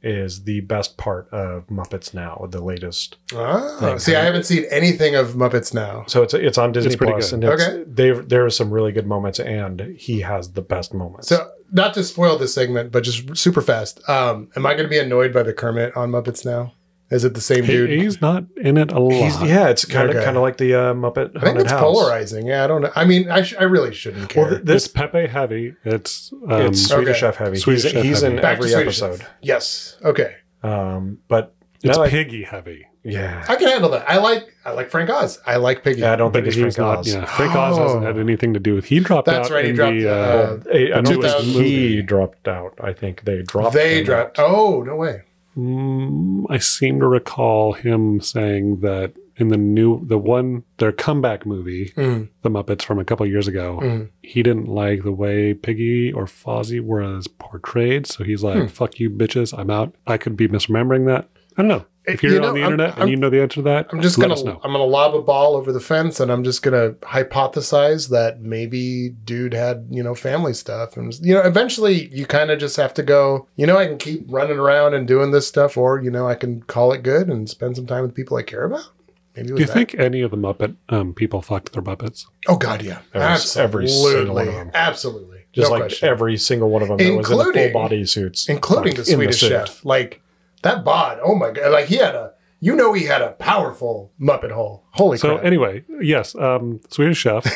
C: is the best part of Muppets Now, the latest.
B: Ah, see, I haven't seen anything of Muppets now.
C: So it's it's on Disney
A: It's pretty
C: Plus,
A: good.
C: and it's,
B: Okay.
C: they there are some really good moments, and he has the best moments.
B: So, not to spoil this segment, but just super fast. Um, am I going to be annoyed by the Kermit on Muppets now? Is it the same
A: He-
B: dude?
A: he's not in it a lot.
C: He's, yeah, it's kind of
B: Okay.
C: kind of like the uh, Muppet
B: I think
C: Haunted
B: it's
C: House.
B: polarizing. Yeah, I don't know. I mean, I, sh- I really shouldn't care.
C: Well, th-
A: It's
C: this
A: Pepe heavy. It's um,
C: it's Swedish
B: Okay.
C: Chef heavy.
A: Swedish
C: he's
A: Chef
C: he's
A: heavy.
C: in
B: Back to
C: every
B: Swedish
C: episode.
B: Chef. Yes. Okay.
C: Um, but
A: it's
C: now I-
A: piggy heavy.
C: yeah,
B: I can handle that. I like I like Frank Oz. I like Piggy.
C: yeah, I don't
A: But
C: think it's
A: he's
C: Frank
A: not.
C: Oz.
A: Yeah, Frank Oz
B: Oh.
A: hasn't had anything to do with. He dropped
B: That's
A: out.
B: right, he
A: in
B: dropped,
A: the,
B: uh,
C: Well, I, I
A: the
C: don't think
A: newest
C: he
A: movie.
C: dropped out. I think they dropped.
B: they
C: him
B: dropped.
C: out.
B: Oh no way.
A: Mm, I seem to recall him saying that in the new, the one, their comeback movie,
B: Mm.
A: The Muppets from a couple years ago,
B: Mhm.
A: he didn't like the way Piggy or Fozzie was portrayed. So he's
B: Hmm.
A: like, fuck you, bitches, I'm out. I could be misremembering that. I don't know. If
B: Eh, You
A: you're
B: know,
A: on the
B: I'm-
A: internet
B: I'm-
A: and you know the answer to that,
B: I'm just
A: let
B: gonna
A: us know.
B: I'm gonna lob a ball over the fence, and I'm just gonna hypothesize that maybe dude had you know family stuff, and you know eventually you kind of just have to go. You know I can keep running around and doing this stuff, or you know I can call it good and spend some time with people I care about. Maybe it was
A: Do you
B: that.
A: think any of the Muppet um, people fucked their Muppets?
B: Oh God, yeah,
C: Every- every single one of them.
B: absolutely,
C: Just
B: No
C: like
B: question.
C: every single one of them that was in the
B: Including-
C: full body suits,
B: including
C: like,
B: the
C: in
B: Swedish
C: suit.
B: chef. Like that bod. Oh my god! Like he had a. You know he had a powerful Muppet hole. Holy
A: So
B: crap!
A: anyway, yes, um, Swedish Chef.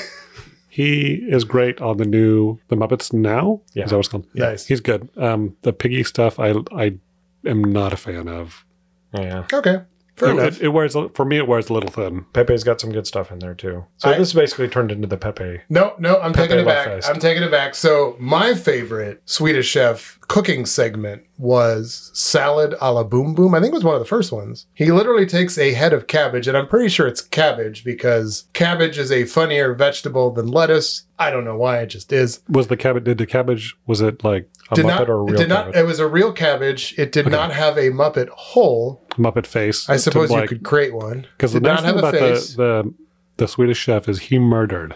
A: he is great on the new The Muppets Now.
C: Yeah.
A: Is that what it's called?
B: Nice.
A: He's good. Um, the piggy stuff, I I am not a fan of.
C: Yeah,
B: okay, fair
A: It,
B: enough.
A: it, it wears a- for me. It wears a little thin.
C: Pepe's got some good stuff in there too. So
B: I-
C: this basically turned into the Pepe.
B: No, no, I'm
C: Pepe
B: taking it back.
C: Lefest.
B: I'm taking it back. So my favorite Swedish Chef cooking segment was salad a la boom boom. I think it was one of the first ones. He literally takes a head of cabbage, and I'm pretty sure it's cabbage because cabbage is a funnier vegetable than lettuce. I don't know why it just is.
A: Was the cabbage? Did the cabbage? Was it like a
B: did
A: Muppet
B: not,
C: or a
B: it
C: real
B: did not
C: cabbage?
B: it was a real cabbage it did not have a muppet hole
A: Muppet face?
B: i suppose you could create one
A: Because the
B: did
A: nice
B: not
A: thing
B: have a
A: about
B: face.
A: the, the the Swedish Chef is he murdered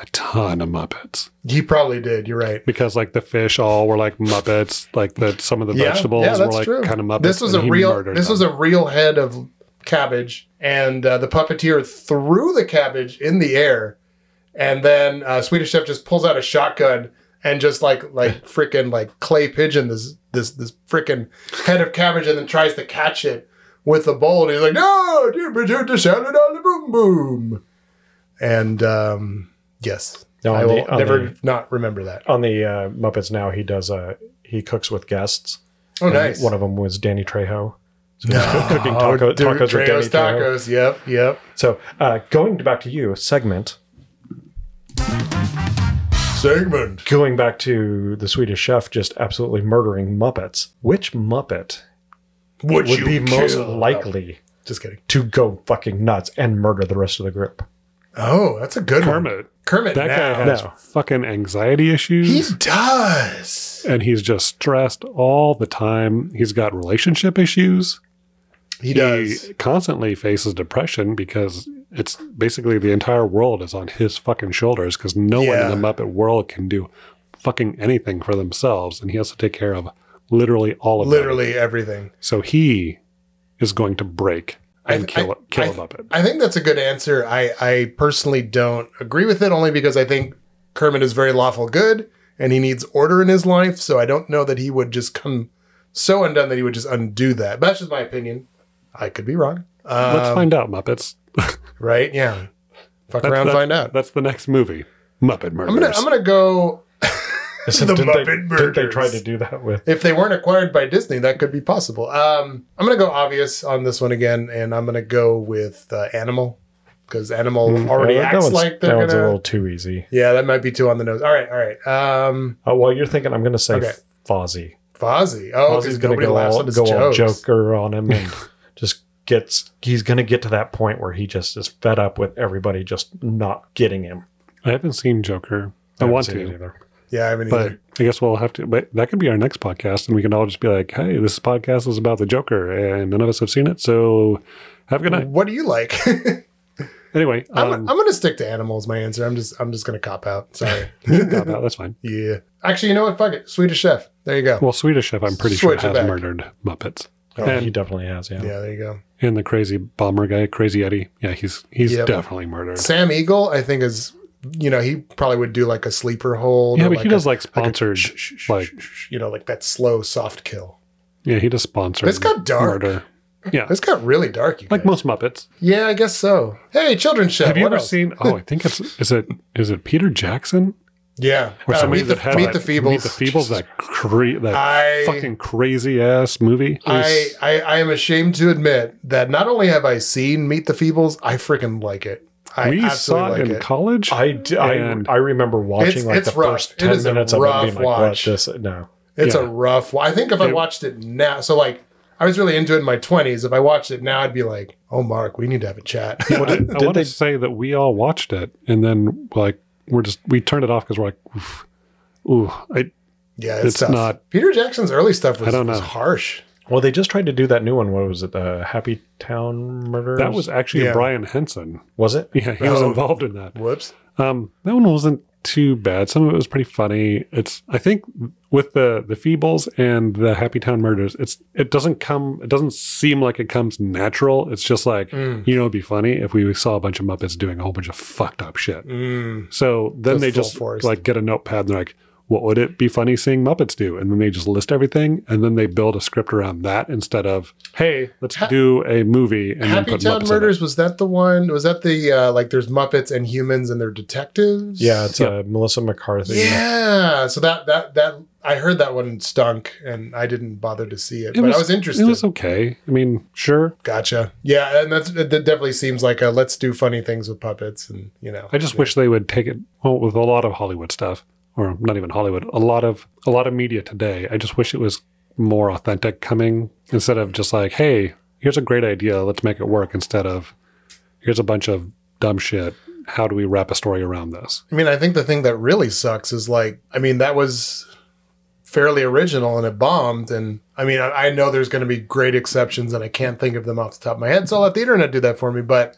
A: a ton of Muppets
B: he probably did you're right
A: because like the fish all were like Muppets. Like that some of the vegetables were like kind of Muppets.
B: this was
A: and
B: a
A: he
B: real
A: murdered
B: this
A: them.
B: was a real head of cabbage and uh, the puppeteer threw the cabbage in the air and then uh, swedish chef just pulls out a shotgun and just like like freaking like clay pigeon this this this freaking head of cabbage and then tries to catch it with the bowl and he's like no dude we do the salad on the boom boom and um yes
C: No,
B: i
C: on
B: will
C: the- on
B: never
C: the-
B: not remember that
C: on the uh, Muppets now he does uh he cooks with guests.
B: oh
C: And
B: nice
C: One of them was Danny Trejo. So he's
B: No.
C: cook- cooking taco,
B: Oh, dude,
C: tacos with Danny
B: Trejo's
C: Trejo.
B: tacos. Yep, yep.
C: So uh, going back to you segment,
B: Segment.
C: going back to the Swedish Chef just absolutely murdering Muppets. Which Muppet
B: Would,
C: would be most
B: kill?
C: likely
B: Just kidding.
C: to go fucking nuts and murder the rest of the group?
B: Oh, that's a good one.
A: Kermit.
B: Kermit.
A: That
B: now.
A: guy has
C: No.
A: fucking anxiety issues.
B: He does.
A: and he's just stressed all the time. He's got relationship issues.
B: He does.
A: He constantly faces depression because it's basically the entire world is on his fucking shoulders because no one in the
B: Yeah.
A: Muppet world can do fucking anything for themselves. And he has to take care of literally all of them.
B: Literally everything.
A: So he is going to break
B: I
A: and
B: th-
A: kill,
B: I-
A: kill
B: I
A: a Muppet.
B: I think that's a good answer. I, I personally don't agree with it only because I think Kermit is very lawful good and he needs order in his life. So I don't know that he would just come so undone that he would just undo that. But that's just my opinion. I could be wrong. Um,
A: Let's find out, Muppets.
B: Right? Yeah. Fuck
A: That's-
B: around,
A: that's-
B: find out.
A: That's the next movie. Muppet Murders.
B: I'm gonna I'm gonna go
C: Isn't-
B: The
C: didn't they-
B: Muppet
C: didn't they
B: Murders.
C: try to do that with?
B: if they weren't acquired by Disney, that could be possible. Um, I'm going to go obvious on this one again, and I'm going to go with uh, Animal because Animal already
C: Mm, Yeah, that
B: acts
C: one's-
B: like
C: that
B: they're
C: one's a
B: going
C: little
B: to.
C: too easy.
B: Yeah, that might be too on the nose. All right, all right. Um,
C: Uh, while you're thinking, I'm going to say
B: Okay.
C: Fozzie.
B: Fozzie. Oh,
C: Ozzy's
B: because
C: gonna
B: nobody
C: go,
B: laughs
C: all,
B: at his
C: go all
B: jokes.
C: Joker on him and just gets. He's gonna get to that point where he just is fed up with everybody just not getting him.
A: I haven't seen Joker. I,
C: haven't
A: want
C: seen it
A: to,
C: either.
B: Yeah, I haven't
A: but
B: either.
A: I guess we'll have to. But that could be our next podcast, and we can all just be like, "Hey, this podcast is about the Joker, and none of us have seen it, so have a good night."
B: What do you like?
A: Anyway,
B: Mm-hmm. I'm,
A: um,
B: I'm gonna stick to animals. My answer. I'm just I'm just gonna cop out. Sorry.
A: cop out, that's fine.
B: yeah. Actually, you know what? Fuck it. Swedish Chef. There you go.
A: Well, Swedish Chef, I'm pretty
B: Switch
A: sure has
B: it back.
A: murdered Muppets,
C: Oh,
A: And-
C: he definitely has. Yeah.
B: yeah, there you go.
A: and the crazy bomber guy, Crazy Eddie. Yeah, he's he's
B: Yep.
A: definitely murdered.
B: Sam Eagle, I think is you know he probably would do like a sleeper hold.
A: Yeah,
B: or
A: but
B: like
A: he
B: a-
A: does like sponsored, like
B: you know like that slow soft kill.
A: yeah, he does sponsored.
B: It's got dark.
A: murder. Yeah,
B: This got really dark. You
A: like
B: guys.
A: most Muppets.
B: yeah, I guess so. Hey, children's show.
A: Have you
B: what
A: ever
B: else?
A: seen? Oh, I think it's is it is it Peter Jackson
B: Yeah,
A: or
B: Uh,
A: somebody
B: meet the
A: that had
B: meet
A: that-
B: the Feebles.
A: Meet the Feebles, that cra- that
B: I-
A: fucking crazy ass movie.
B: I, I I am ashamed to admit that not only have I seen Meet the Feebles, I freaking like it. I
A: we saw
B: absolutely
A: it
B: like
A: in
B: it.
A: college.
C: I, d- I,
A: And-
C: I remember watching
B: It's-
C: like
B: it's
C: the
B: rough.
C: first
B: It
C: 10
B: is a
C: minutes of it
B: rough
C: being like,
B: watch.
C: what this? No.
B: It's a
A: Yeah.
B: rough. Well, I think if I
A: It-
B: watched it now, so like I was really into it in my twenties. If I watched it now, I'd be like, "Oh, Mark, we need to have a chat."
A: I, I
C: did
A: want to
C: they-
A: say that we all watched it, and then like we're just we turned it off because we're like, oof, ooh, I
B: yeah, it's,
A: It's
B: tough.
A: not-
B: Peter Jackson's early stuff was,
A: I don't
B: was
A: know.
B: harsh.
C: Well, they just tried to do that new one. What was it? The Happy Town Murders?
A: that was actually
B: Yeah.
A: Brian Henson.
C: Was it?
A: Yeah, he was
B: Oh.
A: involved in that.
B: Whoops.
A: Um, that one wasn't too bad. Some of it was pretty funny. It's I think with the the Feebles and the Happy Town Murders, it's it doesn't come it doesn't seem like it comes natural. It's just like
B: Mm.
A: you know it'd be funny if we saw a bunch of Muppets doing a whole bunch of fucked up shit.
B: Mm.
A: So then
B: Just
A: they
B: full
A: just
B: force.
A: like get a notepad and they're like, what would it be funny seeing Muppets do? And then they just list everything and then they build a script around that instead of hey let's
B: Ha-
A: do a movie and then
B: Happy
A: put
B: Town
A: Muppets in it.
B: Murders was that the one? Was that the uh, like? There's Muppets and humans and they're detectives.
C: Yeah, it's
A: Yeah.
C: Uh, Melissa McCarthy.
B: Yeah. So that that that I heard that one stunk, and I didn't bother to see it,
A: It
B: but
A: was-
B: I was interested.
A: It was okay. I mean, sure.
B: gotcha. Yeah, and that's that definitely seems like a let's do funny things with puppets, and you know.
A: I just wish they would take it well, with a lot of Hollywood stuff, or not even Hollywood, a lot of a lot of media today. I just wish it was more authentic coming instead of just like, hey, here's a great idea, let's make it work. Instead of here's a bunch of dumb shit. How do we wrap a story around this?
B: I mean, I think the thing that really sucks is like, I mean, that was fairly original and it bombed. And I mean, I, I know there's going to be great exceptions, and I can't think of them off the top of my head, so I'll let the internet do that for me. But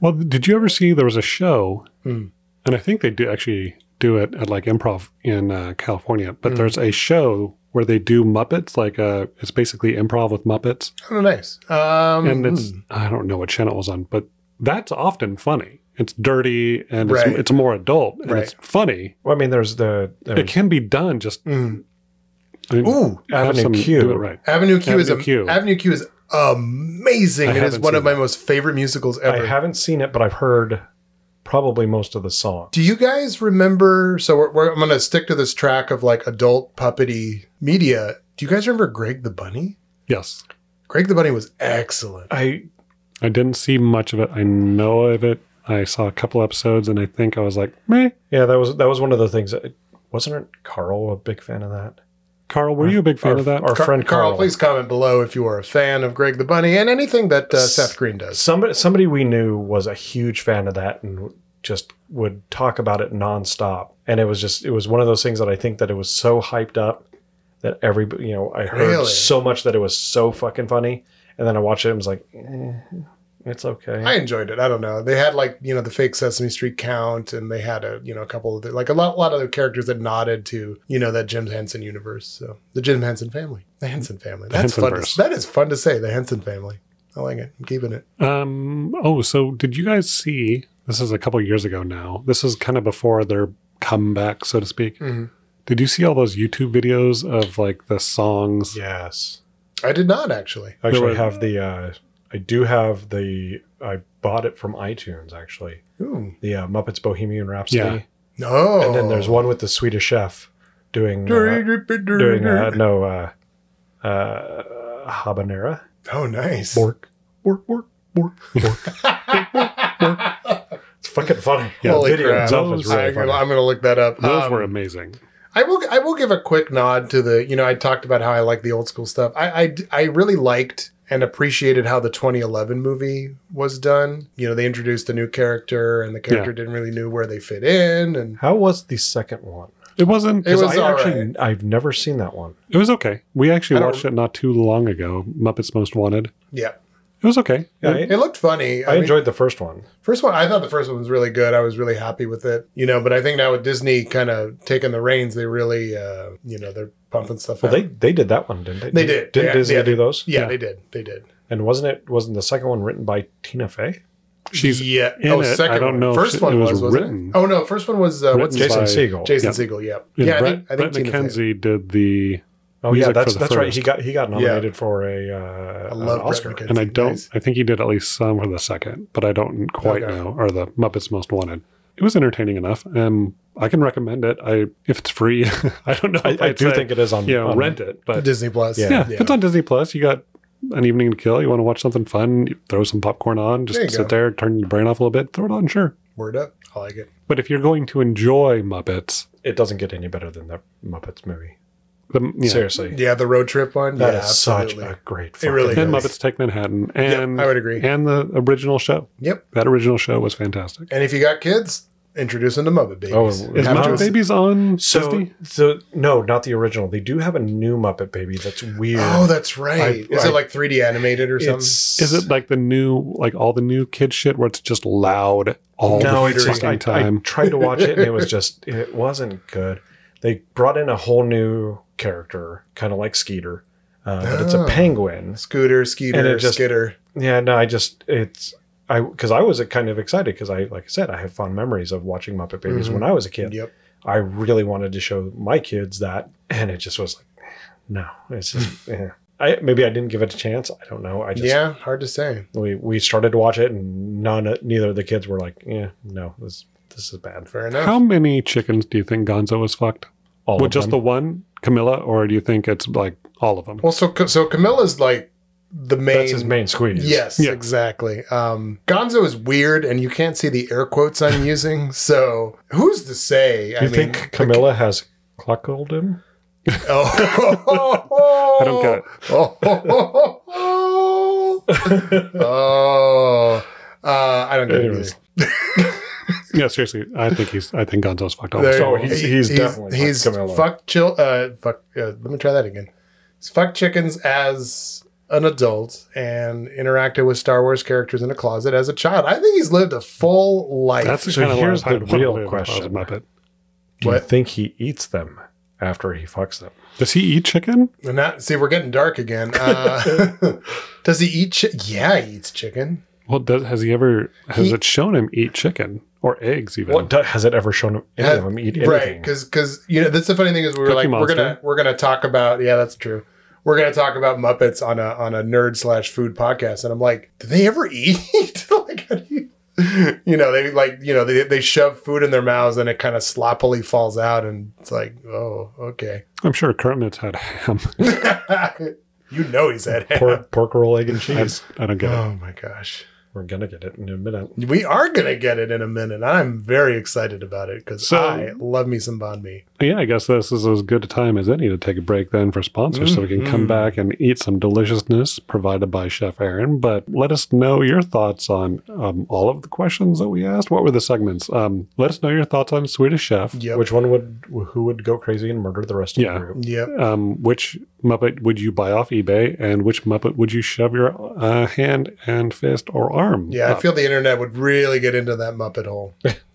A: Well, did you ever see there was a show,
B: Hmm.
A: and I think they do actually do it at like improv in uh, California. But there's a show where they do Muppets, like uh, it's basically improv with Muppets.
B: oh, nice. Um,
A: and it's I don't know what channel it was on, but that's often funny. It's dirty and it's,
B: Right.
A: it's more adult and it's funny.
C: Well, I mean, there's the
A: It
C: there's
A: can be done. Just
B: mm.
A: I mean,
B: ooh,
A: have
C: Avenue
A: some-
C: Q.
A: do it right.
B: Avenue Q is a,
A: Avenue Q.
B: Avenue Q is amazing.
A: I
B: it is
A: haven't
B: one of
A: seen
B: my
A: that.
B: most favorite musicals
C: I
B: ever.
C: haven't seen it, but I've heard probably most of the song.
B: Do you guys remember? So we're, we're, I'm going to stick to this track of like adult puppety media. Do you guys remember Greg the Bunny?
A: Yes,
B: Greg the Bunny was excellent.
C: I
A: I didn't see much of it. I know of it. I saw a couple episodes and I think I was like, meh.
C: yeah, that was that was one of the things. That, wasn't it Carl a big fan of that?
A: Carl, were you a big fan
C: our,
A: of that?
C: Our
B: Car-
C: friend
B: Carl,
C: Carl.
B: please comment below if you are a fan of Greg the Bunny and anything that uh,
C: S-
B: Seth Green does.
C: Somebody somebody we knew was a huge fan of that and just would talk about it nonstop. And it was just it was one of those things that I think that it was so hyped up that everybody you know I heard
B: Really?
C: so much that it was so fucking funny, and then I watched it and was like, eh, it's okay.
B: I enjoyed it. I don't know. They had like you know the fake Sesame Street count, and they had a you know a couple of the, like a lot, lot of the characters that nodded to you know that Jim Henson universe. So the Jim Henson family, the Henson family. That's fun.
A: Hensonverse.
B: To, that is fun to say. The Henson family. I like it. I'm keeping it.
A: Um. Oh, so did you guys see? This is a couple years ago now. This is kind of before their comeback, so to speak.
B: Mhm.
A: Did you see all those YouTube videos of like the songs?
C: yes.
B: I did not actually.
C: I actually
A: were-
C: have the uh, I do have the I bought it from iTunes actually.
B: Ooh.
C: The uh, Muppets Bohemian Rhapsody.
B: No.
C: And then
B: Oh.
C: there's one with the Swedish chef doing uh, doing uh, no uh, uh, habanera
B: oh, nice.
C: bork bork bork bork bork. it's fucking funny.
A: Yeah,
B: Holy
C: video
B: crap.
C: itself is really
B: I'm gonna,
C: funny.
B: I'm gonna look that up.
A: Those
B: Um,
A: were amazing.
B: I will I will give a quick nod to the you know I talked about how I like the old school stuff. I I, I really liked and appreciated how the 2011 movie was done. You know, they introduced a new character and the character didn't really knew where they fit in and
C: How was the second one?
A: It wasn't.
B: It
C: 'Cause
B: was
C: I
B: all
C: actually I've never seen that one.
A: It was okay. We
B: I
A: actually
B: don't-
A: watched it not too long ago. Muppets Most Wanted.
B: yeah,
A: It was okay.
C: Yeah,
A: It-
B: it looked funny.
C: I,
B: mean,
C: enjoyed the first one.
B: First one, I thought the first one was really good. I was really happy with it, you know. But I think now with Disney kind of taking the reins, they really, uh, you know, they're pumping stuff
C: Well,
B: out.
C: they they did that one, didn't they?
B: They did.
C: Didn't
B: Yeah,
C: Disney
B: yeah.
C: do those?
B: yeah,
A: yeah.
B: they did, they did.
C: And wasn't it wasn't the second one written by Tina Fey?
A: she's
B: yeah.
A: in it. I don't
B: uh,
A: know
B: oh, one.
A: if
B: First
A: it
B: one
A: was
B: was, wasn't
A: written.
B: It? Oh no, first one was uh,
A: Written
B: what's Jason,
C: Jason
A: by-
C: Segel.
B: Jason
A: yeah.
B: Siegel. Yeah,
A: and
B: yeah. I
A: Brett,
B: think, I think
A: Brett
B: Tina Fey.
A: McKenzie did the,
C: Oh
A: Music
C: yeah,
A: for
C: that's
A: the
C: that's right. He
A: first.
C: got he got nominated for a uh,
B: I
C: an
B: love Brett
C: Oscar.
B: McKenzie.
A: and I don't.
B: Nice.
A: I think he did at least some for the second, but I don't quite
B: Okay.
A: know. Or the Muppets Most Wanted. It was entertaining enough. Um, I can recommend it. I if it's free, I don't know.
C: I,
A: if
C: I
A: I'd
C: do
A: say,
C: think it is on.
A: you know,
C: on-
A: rent it, but
B: um, Disney Plus.
C: Yeah.
A: yeah, if it's on Disney Plus, you got an evening to kill. You want to watch something fun? you Throw some popcorn on. Just
B: There you
A: sit
B: go.
A: there, turn your brain off a little bit. Throw it on, sure.
B: Word up. I like it.
A: But if you're going to enjoy Muppets,
C: It doesn't get any better than the Muppets movie.
A: the, yeah,
C: Seriously,
B: Yeah, the road trip one.
C: that
B: yeah,
C: is such a great. fucking
B: really
A: and
B: is.
C: movie.
A: Muppets Take Manhattan, and
B: I would agree.
A: and the original show.
B: Yep.
A: That original show was fantastic.
B: And if you got kids, introduce them to Muppet
C: Oh,
B: Babies.
A: Is
C: have
A: Muppet
C: to-
A: Babies on
C: So,
A: Disney?
C: so no, not the original. They do have a new Muppet Baby that's weird.
B: Oh, that's right.
C: I-
B: is
C: I-
B: it like 3D animated or something?
C: it's,
A: Is it like the new, like all the new kid shit where it's just loud all
C: no,
A: the
C: it's just
A: fucking
C: I, I
A: time?
C: tried to watch it and it was just it wasn't good. They brought in a whole new character, kind of like Skeeter, uh, but it's a
B: Oh.
C: penguin.
B: Scooter,
C: And it
B: Skeeter,
C: just-
B: Skitter.
C: Yeah, no, I just it's I because I was uh, kind of excited because I like I said I have fond memories of watching Muppet Babies
A: Mm-hmm.
B: Mhm.
C: when I was a kid.
B: Yep.
C: I really wanted to show my kids that, and it just was like, no, it's just eh. I maybe I didn't give it a chance. I don't know. I just
B: yeah, hard to say.
C: we we started to watch it and none neither of the kids were like yeah no this this is bad
B: Fair enough.
A: How many chickens do you think Gonzo was fucked?
C: all
A: With
C: of
A: just
C: them.
A: the one, Camilla, or do you think it's like all of them?
B: well, so so Camilla's like the main.
C: that's his main squeeze
B: Yes,
A: Yeah.
B: exactly. Um, Gonzo is weird, and you can't see the air quotes I'm using. So who's to say?
C: you think camilla has cuckolded him
B: Oh,
A: I don't get it.
B: Oh, oh, oh, oh. Oh. Uh, I don't get it.
C: Anyways.
B: either.
A: Yeah, seriously, I think he's. I think Gonzo's fucked almost.
B: There-
C: So he's- he's definitely
B: he's
C: fucked Camilla.
B: fuck chill. Uh, fuck. Uh, let me try that again. He's fucked chickens as an adult and interacted with Star Wars characters in a closet as a child. I think he's lived a full life.
A: That's
C: So
A: kind of
C: here's the real
A: As a
C: question.
A: Muppet.
C: do you
B: What?
C: think he eats them after he fucks them
A: Does he eat chicken?
B: And that, see, we're getting dark again. Uh, does he eat? Chi- yeah, he eats chicken.
A: Well, does, has he ever? Has
B: He-
A: it shown him eat chicken or eggs? Even
C: what do- has it ever shown him any of them eat anything
B: right? Because you know that's the funny thing is we were
A: Cookie
B: like
A: Monster.
B: we're gonna we're gonna talk about yeah that's true. We're gonna talk about Muppets on a on a nerd slash food podcast, and I'm like, do they ever eat? like, how do you, you know, they like you know they they shove food in their mouths and it kind of sloppily falls out, and it's like, oh, okay.
A: I'm sure Kermit's had ham.
B: you know he's had
C: pork, pork roll egg and
A: I,
C: cheese
A: I don't get it.
B: Oh my gosh.
C: we're gonna get it in a minute
B: We are gonna get it in a minute. I'm very excited about it because
A: So-
B: I love me some banh mi.
A: Yeah, I guess this is as good a time as any to take a break then for sponsors so we can come
C: Mm-hmm.
B: Mhm.
A: back and eat some deliciousness provided by Chef Aaron. But let us know your thoughts on um, all of the questions that we asked. What were the segments? Um, let us know your thoughts on Swedish Chef.
B: Yep.
C: which one would who would go crazy and murder the rest of
A: Yeah.
C: the group
B: yep.
A: Um, which Muppet would you buy off eBay and which Muppet would you shove your uh, hand and fist or arm?
B: Yeah,
A: up?
B: I feel the internet would really get into that Muppet hole.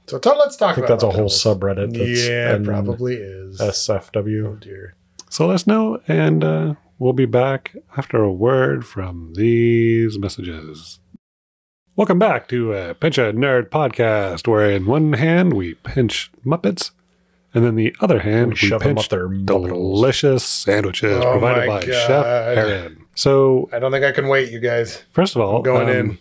B: So t- let's talk
C: i think
B: about
C: that's a
B: Muppet
C: whole
B: holes.
C: subreddit that's
B: Yeah,
C: N-
B: probably is. Oh
C: sfw
B: dear.
A: So let us know, and uh, we'll be back after a word from these messages. Welcome back to uh, Pinch a Nerd podcast, where in one hand we pinch Muppets, and then the other hand
C: we
A: we,
C: shove them up
A: pinch
C: their buttholes.
A: delicious sandwiches
B: Oh
A: provided
B: my
A: by Chef
B: God.
A: Aaron. So,
B: I don't think I can wait, you guys.
A: first of
C: Oh,
A: all,
B: I'm going
A: um,
B: in.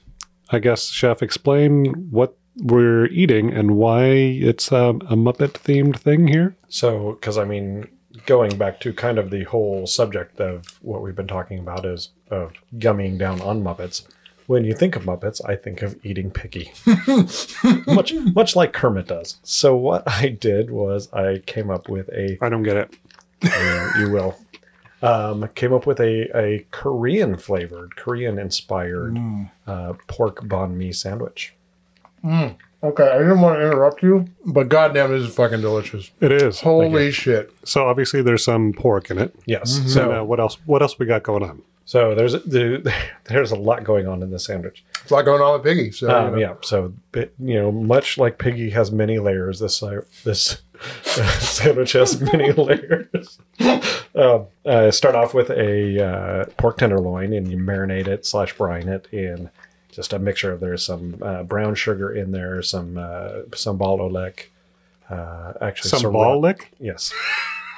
A: I guess Chef, explain what we're eating and why it's um, a Muppet themed thing here.
C: So, because I mean, going back to kind of the whole subject of what we've been talking about is of gumming down on Muppets. When you think of Muppets, I think of eating picky, much much like Kermit does. So what I did was I came up with a
A: I don't get it.
C: you, know, you will. um, came up with a, a Korean flavored, Korean inspired uh, pork banh mi sandwich.
B: Okay, I didn't want to interrupt you, but goddamn, this is fucking delicious.
A: It is.
B: Holy shit!
A: So obviously there's some pork in it.
C: Yes.
A: So uh,
C: So
A: what else? What else we got going on?
C: so there's the, there's a lot going on in this sandwich.
B: It's like going on with Piggy. So you know.
C: Um, yeah. So but, you know, much like Piggy has many layers, this uh, this sandwich has many layers. um, uh, start off with a uh, pork tenderloin, and you marinate it slash brine it in just a mixture of there's some uh, brown sugar in there, some uh, some bal olek, uh, actually
A: Some
C: sriracha-
A: ball lick.
C: yes,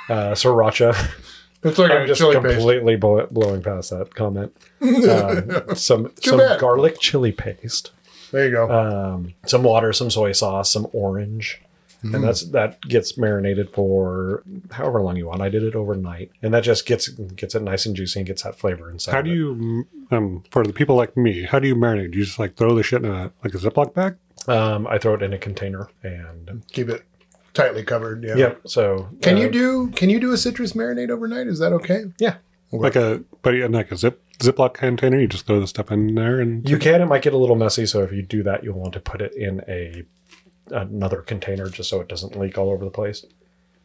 C: uh, sriracha.
B: it's like
C: I'm
B: a
C: just
B: chili paste.
C: completely blow- blowing past that comment. Um, some
B: Too
C: some
B: bad.
C: garlic chili paste
B: There you go.
C: um, some water, some soy sauce, some orange.
B: Hmm.
C: And that's that gets marinated for however long you want. I did it overnight, and that just gets gets it nice and juicy and gets that flavor inside.
A: How
C: of
A: do
C: it.
A: you, um, for the people like me, how do you marinate? Do you just like throw the shit in a like a Ziploc bag?
C: Um, I throw it in a container, and
B: Keep it tightly covered. Yeah.
C: yep. So
B: Can
C: uh,
B: you do Can you do a citrus marinade overnight? Is that okay?
C: Yeah,
A: Like a, but in like a zip Ziploc container, you just throw the stuff in there and
C: you can. It might get a little messy, so if you do that, you'll want to put it in a another container just so it doesn't leak all over the place.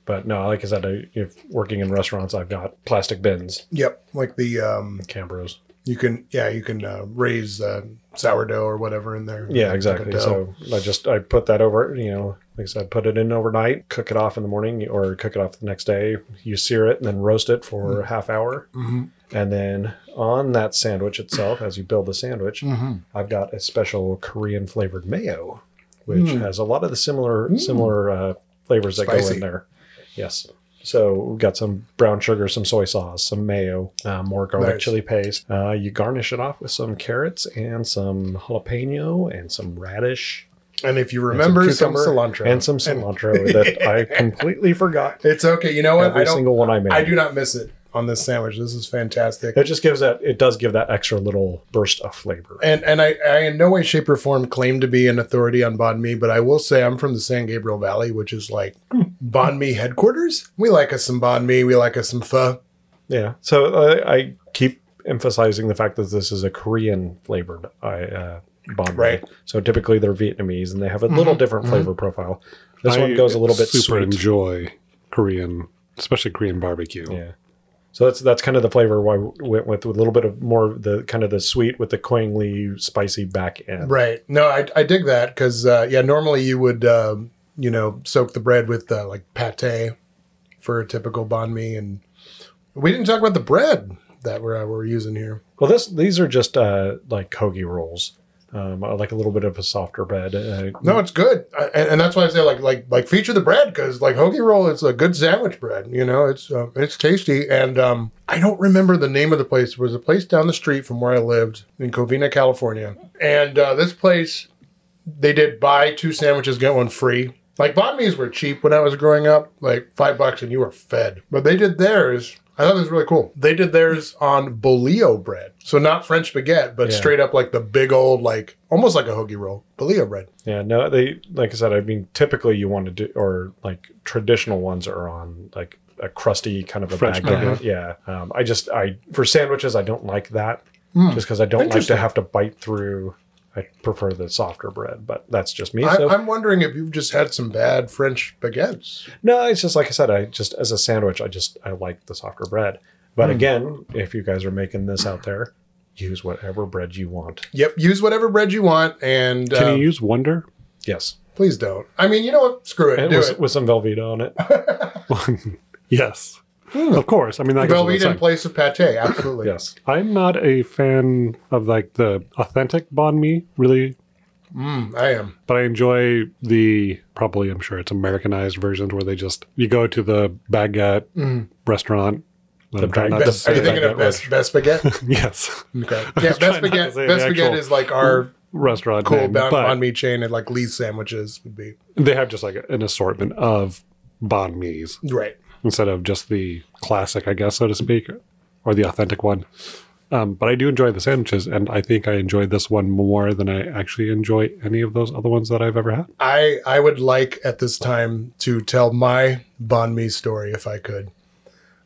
C: But no, like I said, I, if working in restaurants, I've got plastic bins,
B: Yep. Like the um,
C: Cambros.
B: you can yeah you can uh, raise uh, sourdough or whatever in there.
C: Yeah,
B: Like a
C: exactly.
B: dough.
C: So I just I put that over, you know, like I said, put it in overnight, cook it off in the morning or cook it off the next day. You sear it and then roast it for a half hour.
B: Mhm.
C: And then on that sandwich itself, as you build the sandwich,
B: Mhm.
C: I've got a special Korean flavored mayo, which has a lot of the similar similar uh, flavors that go
B: Spicy.
C: in there. Yes. So we've got some brown sugar, some soy sauce, some mayo, uh, more garlic
B: Nice.
C: chili paste. Uh, you garnish it off with some carrots and some jalapeno and some radish
B: and if you remember some,
C: cucumber
B: cilantro
C: and some cilantro that I completely forgot.
B: it's okay. You know what? I
C: Every
B: don't.
C: single one I made.
B: I do not miss it on this sandwich. This is fantastic.
C: It just gives that. It does give that extra little burst of flavor.
B: and and I, I in no way, shape, or form claim to be an authority on banh mi, but I will say I'm from the San Gabriel Valley, which is like
C: Hmm.
B: banh mi headquarters. We like us some banh mi. We like us some pho.
C: Yeah. So uh, I keep emphasizing the fact that this is a Korean flavored I, uh, banh mi.
B: Right. Mm-hmm.
C: So typically they're Vietnamese and they have a little different flavor profile. This one
A: I
C: goes a little bit
A: super
C: sweet.
A: enjoy Korean, especially Korean barbecue.
C: Yeah. So that's that's kind of the flavor why we went with, with a little bit of more of the kind of the sweet with the coingly spicy back end.
B: Right. No, I, I dig that because uh, yeah, normally you would um, you know soak the bread with uh, like pate for a typical banh mi, and we didn't talk about the bread that we're uh, we're using here.
C: Well, this these are just uh, like hoagie rolls. Um, I like a little bit of a softer bread. Uh,
B: No, it's good, I, and, and that's why I say like like like feature the bread because like hoagie roll is a good sandwich bread. You know, it's uh, it's tasty, and um, I don't remember the name of the place. It was a place down the street from where I lived in Covina, California, and uh, this place they did buy two sandwiches get one free. Like banh mi's were cheap when I was growing up, like five bucks, and you were fed. But they did theirs. I thought it was really cool. They did theirs on bolillo bread, so not French baguette, but
C: Yeah.
B: straight up like the big old like almost like a hoagie roll, bolillo bread.
C: Yeah, no, they like I said, I mean typically you want to do or like traditional ones are on like a crusty kind of a
A: French
C: bag.
A: baguette.
C: of it. Yeah. Um, I just I for sandwiches I don't like that just because I don't like to
B: Hmm. Interesting.
C: have to bite through. I prefer the softer bread, but that's just me.
B: I,
C: so
B: I'm wondering if you've just had some bad French baguettes.
C: no, it's just like I said, I just as a sandwich, I just I like the softer bread. But
B: Hmm.
C: again, if you guys are making this out there, use whatever bread you want.
B: Yep, use whatever bread you want, and
A: Can
C: Um,
B: uh,
A: you use Wonder?
C: Yes,
B: please don't. I mean, you know what? Screw it.
C: and
B: do
C: with,
B: it. Oh,
C: with some Velveeta on it.
A: Yes.
C: Hmm.
A: Of course. I mean, that goes without
B: Velveeta in
A: saying.
B: place of pate. Absolutely.
C: yes,
A: I'm not a fan of like the authentic banh mi, really,
B: Mm, I am.
A: but I enjoy the probably I'm sure it's Americanized versions where they just you go to the baguette restaurant. The
B: Mm. Best, are you thinking of best, best baguette?
A: yes
B: Okay. Yeah, best
A: trying not to
B: baguette.
A: say
B: Best
A: the actual-
B: baguette is like our
A: restaurant
B: cool
A: name,
B: bound
A: but
B: on me chain, and like Lee's sandwiches would be
A: they have just like an assortment of banh mi's
B: right.
A: instead of just the classic, I guess, so to speak, or the authentic one. Um, but I do enjoy the sandwiches, and I think I enjoyed this one more than I actually enjoy any of those other ones that I've ever had.
B: I I would like at this time to tell my banh mi story if I could.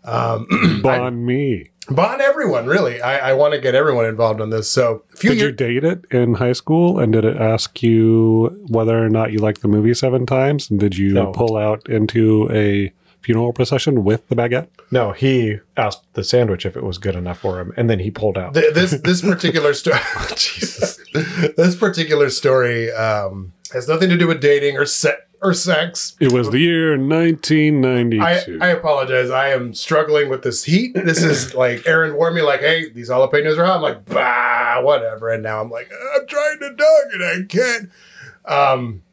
B: Um,
A: Bon me.
B: bond everyone, really. I, I want to get everyone involved in this. So, a few
A: Did you
B: years.
A: date it in high school? And did it ask you whether or not you liked the movie seven times? And did you
C: No.
A: pull out into a funeral procession with the baguette?
C: No, he asked the sandwich if it was good enough for him, and then he pulled out.
B: Th- this this particular story, Jesus, this particular story um, has nothing to do with dating or se- or sex.
A: It was the year
B: I,
A: 1992.
B: I apologize. I am struggling with this heat. This is like Aaron warned me, like, hey, these jalapenos are hot. I'm like, bah, whatever. And now I'm like, I'm trying to dog it. I can't. Um,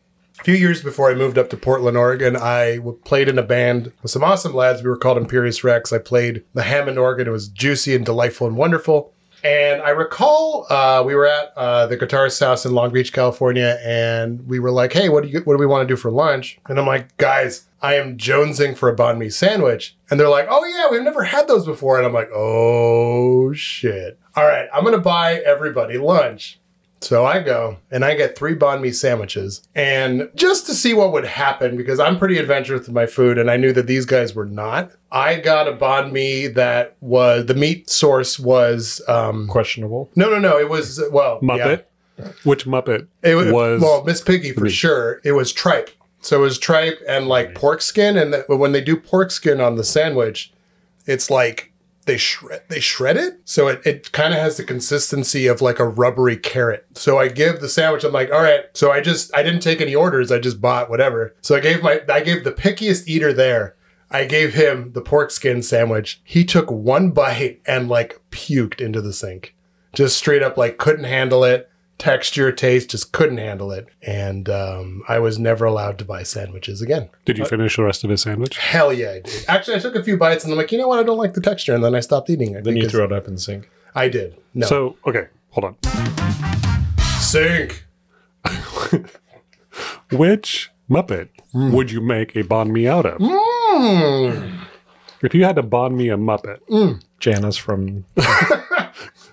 B: a few years before I moved up to Portland, Oregon, I w- played in a band with some awesome lads. We were called Imperious Rex. I played the Hammond organ. It was juicy and delightful and wonderful. And I recall uh, we were at uh, the guitarist's house in Long Beach, California, and we were like, "Hey, what do you what do we want to do for lunch?" And I'm like, "Guys, I am jonesing for a banh mi sandwich." And they're like, "Oh yeah, we've never had those before." And I'm like, "Oh shit! All right, I'm gonna buy everybody lunch." So I go and I get three banh mi sandwiches, and just to see what would happen because I'm pretty adventurous with my food, and I knew that these guys were not. I got a banh mi that was the meat source was um,
C: Questionable.
B: no, no, no. It was well, yeah.
A: Muppet. Which Muppet
B: It was,
A: was
B: well, Miss Piggy for sure. It was tripe. So it was tripe and like pork skin. And the, when they do pork skin on the sandwich, it's like they shred they shred it. So it, it kind of has the consistency of like a rubbery carrot. So I give the sandwich. I'm like, all right. So I just I didn't take any orders. I just bought whatever. So I gave my I gave the pickiest eater there. I gave him the pork skin sandwich. He took one bite and like puked into the sink just straight up like couldn't handle it texture taste just couldn't handle it and um, i was never allowed to buy sandwiches again
A: Did
C: Uh,
A: you finish the rest of his sandwich?
B: hell yeah i did actually i took a few bites and i'm like you know what i don't like the texture and then i stopped eating it
C: Then you
B: because-
C: threw it up in the sink.
B: i did no
A: So, okay, hold on.
B: sink
A: Which Muppet
C: Mm.
A: would you make a Bon Me out of?
B: Mm.
A: If you had to Bon Me a Muppet,
C: Janice from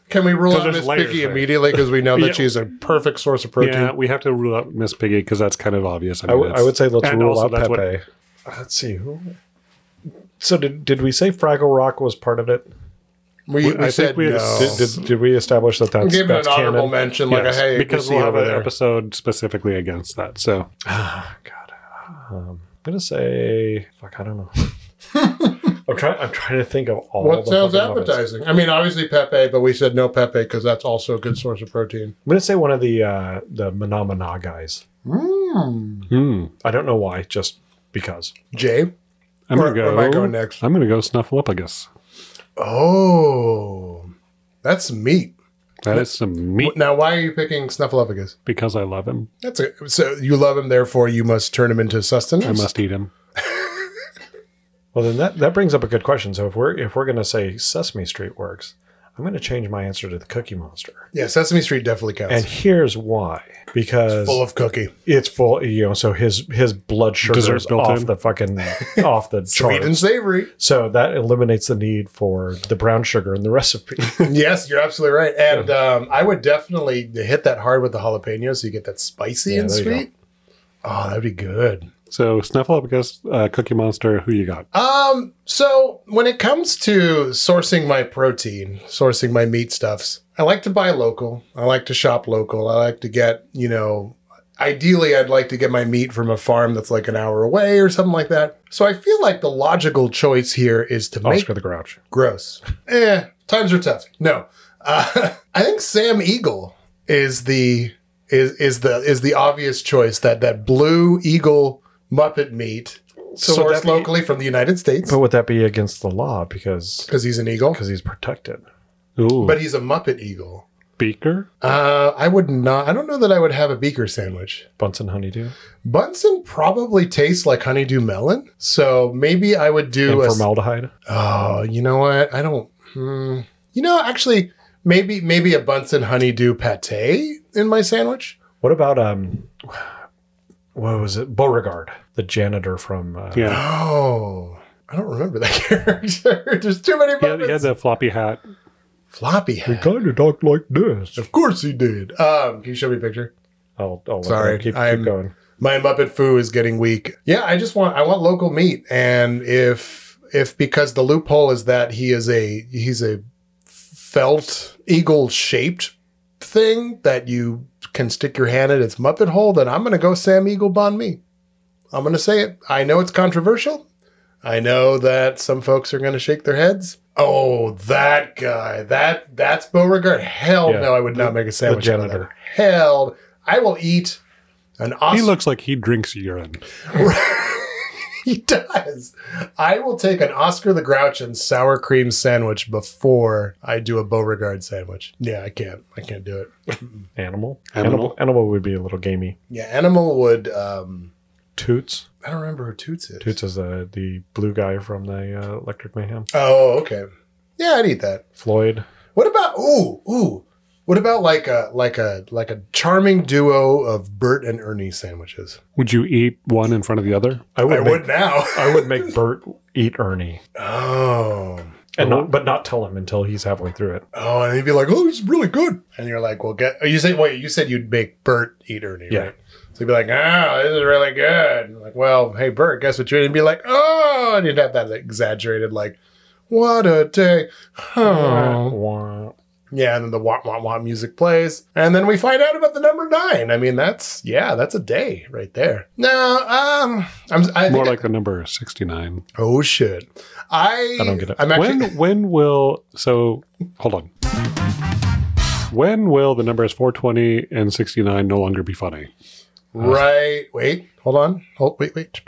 B: can we rule
A: 'Cause
B: out
A: there's
B: miss
A: layers
B: piggy
A: there.
B: immediately because we know that
A: Yeah.
B: she's a perfect source of protein
A: yeah, we have to rule out Miss Piggy because that's kind of obvious.
C: I, w- I
A: it's-
C: would say let's
A: and
C: rule
A: also
C: out
A: that's what-
C: Pepe. Uh, Let's see who. So did did we say Fraggle Rock was part of it?
B: we,
A: I
B: we
A: think
B: said
A: we had-
B: no
A: did-
C: Did, did we establish that that's,
B: give it an
C: that's
B: honorable
C: canon?
B: mention like
A: yes,
B: a hey
A: because
B: we see
A: we'll have
B: over
A: an
B: there.
A: episode specifically against that. So
C: Ah, God, um, I'm gonna say fuck. I don't know. I'm trying. I'm trying to think of all.
B: what
C: the
B: sounds
C: fucking Muppets.
B: appetizing i mean obviously pepe but we said no pepe because that's also a good source of protein
C: I'm gonna say one of the uh, the Manamana guys.
B: Mm.
A: hmm,
C: I don't know why, just because.
B: Jay?
A: I'm gonna
B: Where-
A: go.
B: where am I going next?
A: I'm gonna go Snuffleupagus.
B: Oh, that's meat.
A: That is some meat
B: Now, why are you picking Snuffleupagus?
A: because I love him.
B: That's a, so you love him, therefore you must turn him into sustenance.
A: I must eat him.
C: Well, then that that brings up a good question. So if we're if we're gonna say Sesame Street works, I'm gonna change my answer to the Cookie Monster.
B: Yeah, Sesame Street definitely counts.
C: And here's why: because
B: Full of cookie,
C: it's full you know so his his blood sugar
A: Dessert
C: is
A: built
C: off
A: in.
C: the fucking off the
B: sweet and
C: charts
B: savory.
C: so that eliminates the need for the brown sugar in the recipe
B: yes, you're absolutely right. And um, I would definitely hit that hard with the jalapeno, so you get that spicy
C: Yeah,
B: and
C: there you go.
B: sweet. Oh, that'd be good.
A: So Snuffleupagus, uh, Cookie Monster. Who you got?
B: Um, so when it comes to sourcing my protein, sourcing my meat stuffs, I like to buy local. I like to shop local. I like to get, you know, ideally I'd like to get my meat from a farm that's like an hour away or something like that. So I feel like the logical choice here is to make
C: oscar the grouch
B: gross. eh, times are tough. No. Uh, I think Sam Eagle is the is is the is the obvious choice that that blue eagle muppet meat
C: So would that
B: sourced
C: be-
B: locally from the United States
C: but would that be against the law because
B: because he's an eagle,
C: because he's protected
A: Ooh,
B: but he's a Muppet eagle.
A: Beaker.
B: Uh, I would not. I don't know that I would have a beaker sandwich.
C: bunsen honeydew
B: Bunsen probably tastes like honeydew melon, so maybe I would
C: and
B: do a.
C: formaldehyde
B: Oh, you know what? I don't. Hmm, you know, actually, maybe maybe a Bunsen honeydew pate in my sandwich.
C: what about um what was it beauregard the janitor from uh,
A: Yeah.
B: Oh, I don't remember that character. There's too many
A: He had,
B: Muppets.
A: he had the floppy hat.
B: Floppy hat.
C: kind of talk like this
B: Of course he did. Um, can you show me a picture?
C: i'll, I'll let
B: Sorry,
C: you keep,
B: I'm-
C: keep going
B: my Muppet Foo is getting weak. Yeah, I just want I want local meat, and if if because the loophole is that he is a he's a felt eagle shaped thing that you can stick your hand in its Muppet hole, then I'm gonna go Sam Eagle Bon Me. I'm gonna say it. I know it's controversial. I know that some folks are gonna shake their heads. Oh, that guy. That that's Beauregard. Hell
C: Yeah,
B: no, I would not make a sandwich. out of
C: janitor.
B: that. Hell, I will eat an
A: He
B: ostrich.
A: looks like he drinks urine.
B: He does. I will take an Oscar the Grouch and sour cream sandwich before I do a Beauregard sandwich. Yeah, I can't. I can't do it.
C: Animal.
A: Animal.
C: Animal. Animal would be a little gamey.
B: Yeah, Animal would. Um,
C: Toots.
B: I don't remember who Toots is.
C: Toots is the the blue guy from the uh, Electric Mayhem.
B: Oh, okay. Yeah, I'd eat that.
C: Floyd.
B: What about ooh ooh? What about like a like a like a charming duo of Bert and Ernie sandwiches?
A: Would you eat one in front of the other?
C: I would.
B: I
C: make,
B: would now.
C: I would make Bert eat Ernie,
B: oh.
C: and not, but not tell him until he's halfway through it.
B: Oh, and he'd be like, "Oh, it's really good," and you're like, "Well, get." oh, You said, "Wait, you said you'd make Bert eat Ernie,
C: Yeah.
B: right?" So he'd be like, "Oh, this is really good." And like, well, hey, Bert, guess what you? And he'd be like, "Oh," and you'd have that exaggerated, like, "What a day!" Oh.
C: Wah.
B: Yeah, and then the wah wah wah music plays, and then we find out about the number nine. I mean, that's yeah, that's a day right there. No, um, I'm I think
A: More like the number 69.
B: oh shit, I
C: I don't get it.
B: I'm actually
A: when when will so hold on. When will the numbers 420 and 69 no longer be funny?
B: right. Wait, hold on. Hold wait wait.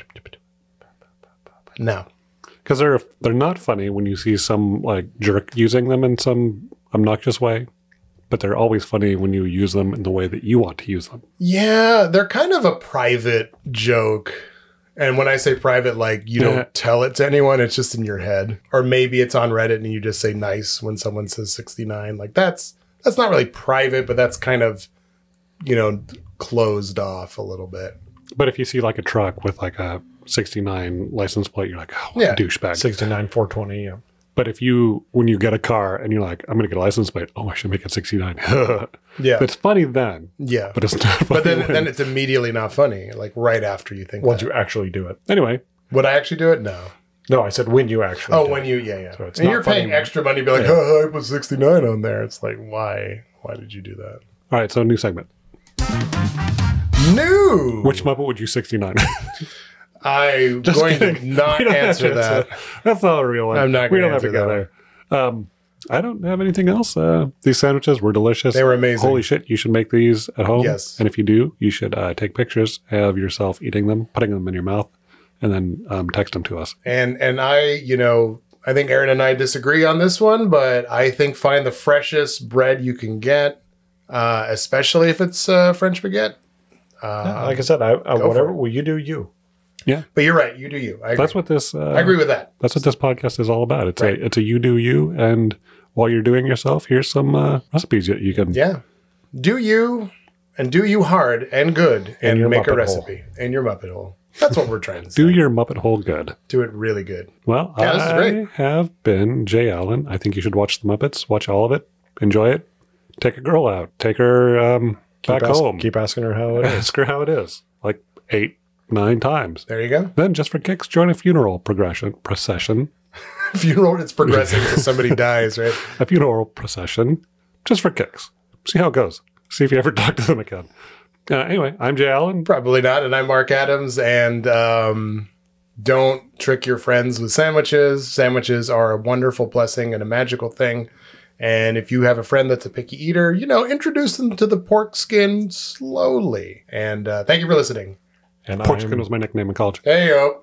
B: No.
A: Because they're they're not funny when you see some like jerk using them in some obnoxious way, but they're always funny when you use them in the way that you want to use them.
B: Yeah, they're kind of a private joke. And when I say private, like you
A: Yeah.
B: don't tell it to anyone, it's just in your head. Or maybe it's on Reddit and you just say nice when someone says 69. Like that's that's not really private, but that's kind of you know closed off a little bit.
A: But if you see like a truck with like a 69 license plate, you're like, oh, what
B: Yeah.
A: a douchebag.
C: 69, 420. Yeah.
A: But if you when you get a car and you're like, I'm gonna get a license plate, oh, I should make it 69.
B: Yeah.
A: It's funny then,
B: yeah. But,
A: but it's not. Funny
B: then
A: when-
B: then it's immediately not funny, like right after you think
C: Once
B: that.
C: you actually do it.
A: anyway,
B: Would I actually do it? No.
C: No, I said when you actually.
B: Oh,
C: do
B: when
C: it.
B: you yeah, yeah.
C: So it's
B: and
C: not
B: you're
C: funny
B: paying
C: when-
B: extra money to be like,
C: Yeah.
B: "Huh, I put 69 on there. It's like, why? Why did you do that?
A: All right, so new segment.
B: No.
A: Which Muppet would you 69?
B: I'm
A: Just
B: going to
A: kidding.
B: not
A: We don't have
B: answer
A: to
B: that.
A: That's not a real one.
B: I'm not
A: We
B: gonna
A: don't have to go
B: answer
A: there. Um, I don't have anything else. Uh, these sandwiches were delicious.
B: They were amazing.
A: Holy shit! You should make these at home.
B: Yes.
A: And if you do, you should uh, take pictures of yourself eating them, putting them in your mouth, and then um, text them to us.
B: And and I, you know, I think Aaron and I disagree on this one, but I think find the freshest bread you can get, uh, especially if it's uh, French baguette.
C: Yeah,
B: Uh,
C: like I said, I, I
B: for
C: whatever.
B: it.
C: Well, you do you.
B: but you're right. You do you. I agree,
A: That's what this. Uh,
B: I agree with that.
A: That's what this podcast is all about. It's
B: Right.
A: a it's a you do you, and while you're doing yourself, here's some uh, recipes that you can.
B: Yeah. Do you and do you hard and good and
C: your
B: make a
C: Muppet
B: recipe in your Muppet hole. That's what we're trying to
A: Do
B: do.
A: your Muppet hole good.
B: Do it really good.
A: Well,
B: Yeah, this is
A: I
B: great.
A: have been Jay Allen. I think you should watch the Muppets. Watch all of it. Enjoy it. Take a girl out. Take her um,
C: Keep
A: back
C: ask-
A: home.
C: Keep asking her how it is.
A: Ask her how it is. Like eight, nine times.
B: There you go.
A: Then, just for kicks, join a funeral progression procession.
B: Funeral. It's progressing till somebody dies, right?
A: A funeral procession, just for kicks. See how it goes. See if you ever talk to them again. Uh, anyway, I'm Jay Allen.
B: Probably not. And I'm Mark Adams. And um, don't trick your friends with sandwiches. Sandwiches are a wonderful blessing and a magical thing. And if you have a friend that's a picky eater, you know, introduce them to the pork skin slowly. And uh, thank you for listening.
C: And
A: Portugal
C: I'm,
A: was my nickname in college.
B: Hey, yo.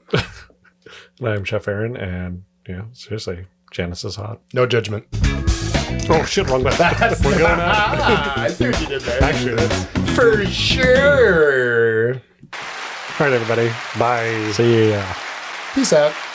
C: I'm Chef Aaron, and yeah, seriously, Janice is hot.
B: No judgment.
A: Oh, shit, wrong button. We're going out.
B: Ah, I see what you did there.
A: Actually, that's-
B: For sure.
A: All right, everybody. Bye.
C: See ya.
B: Peace out.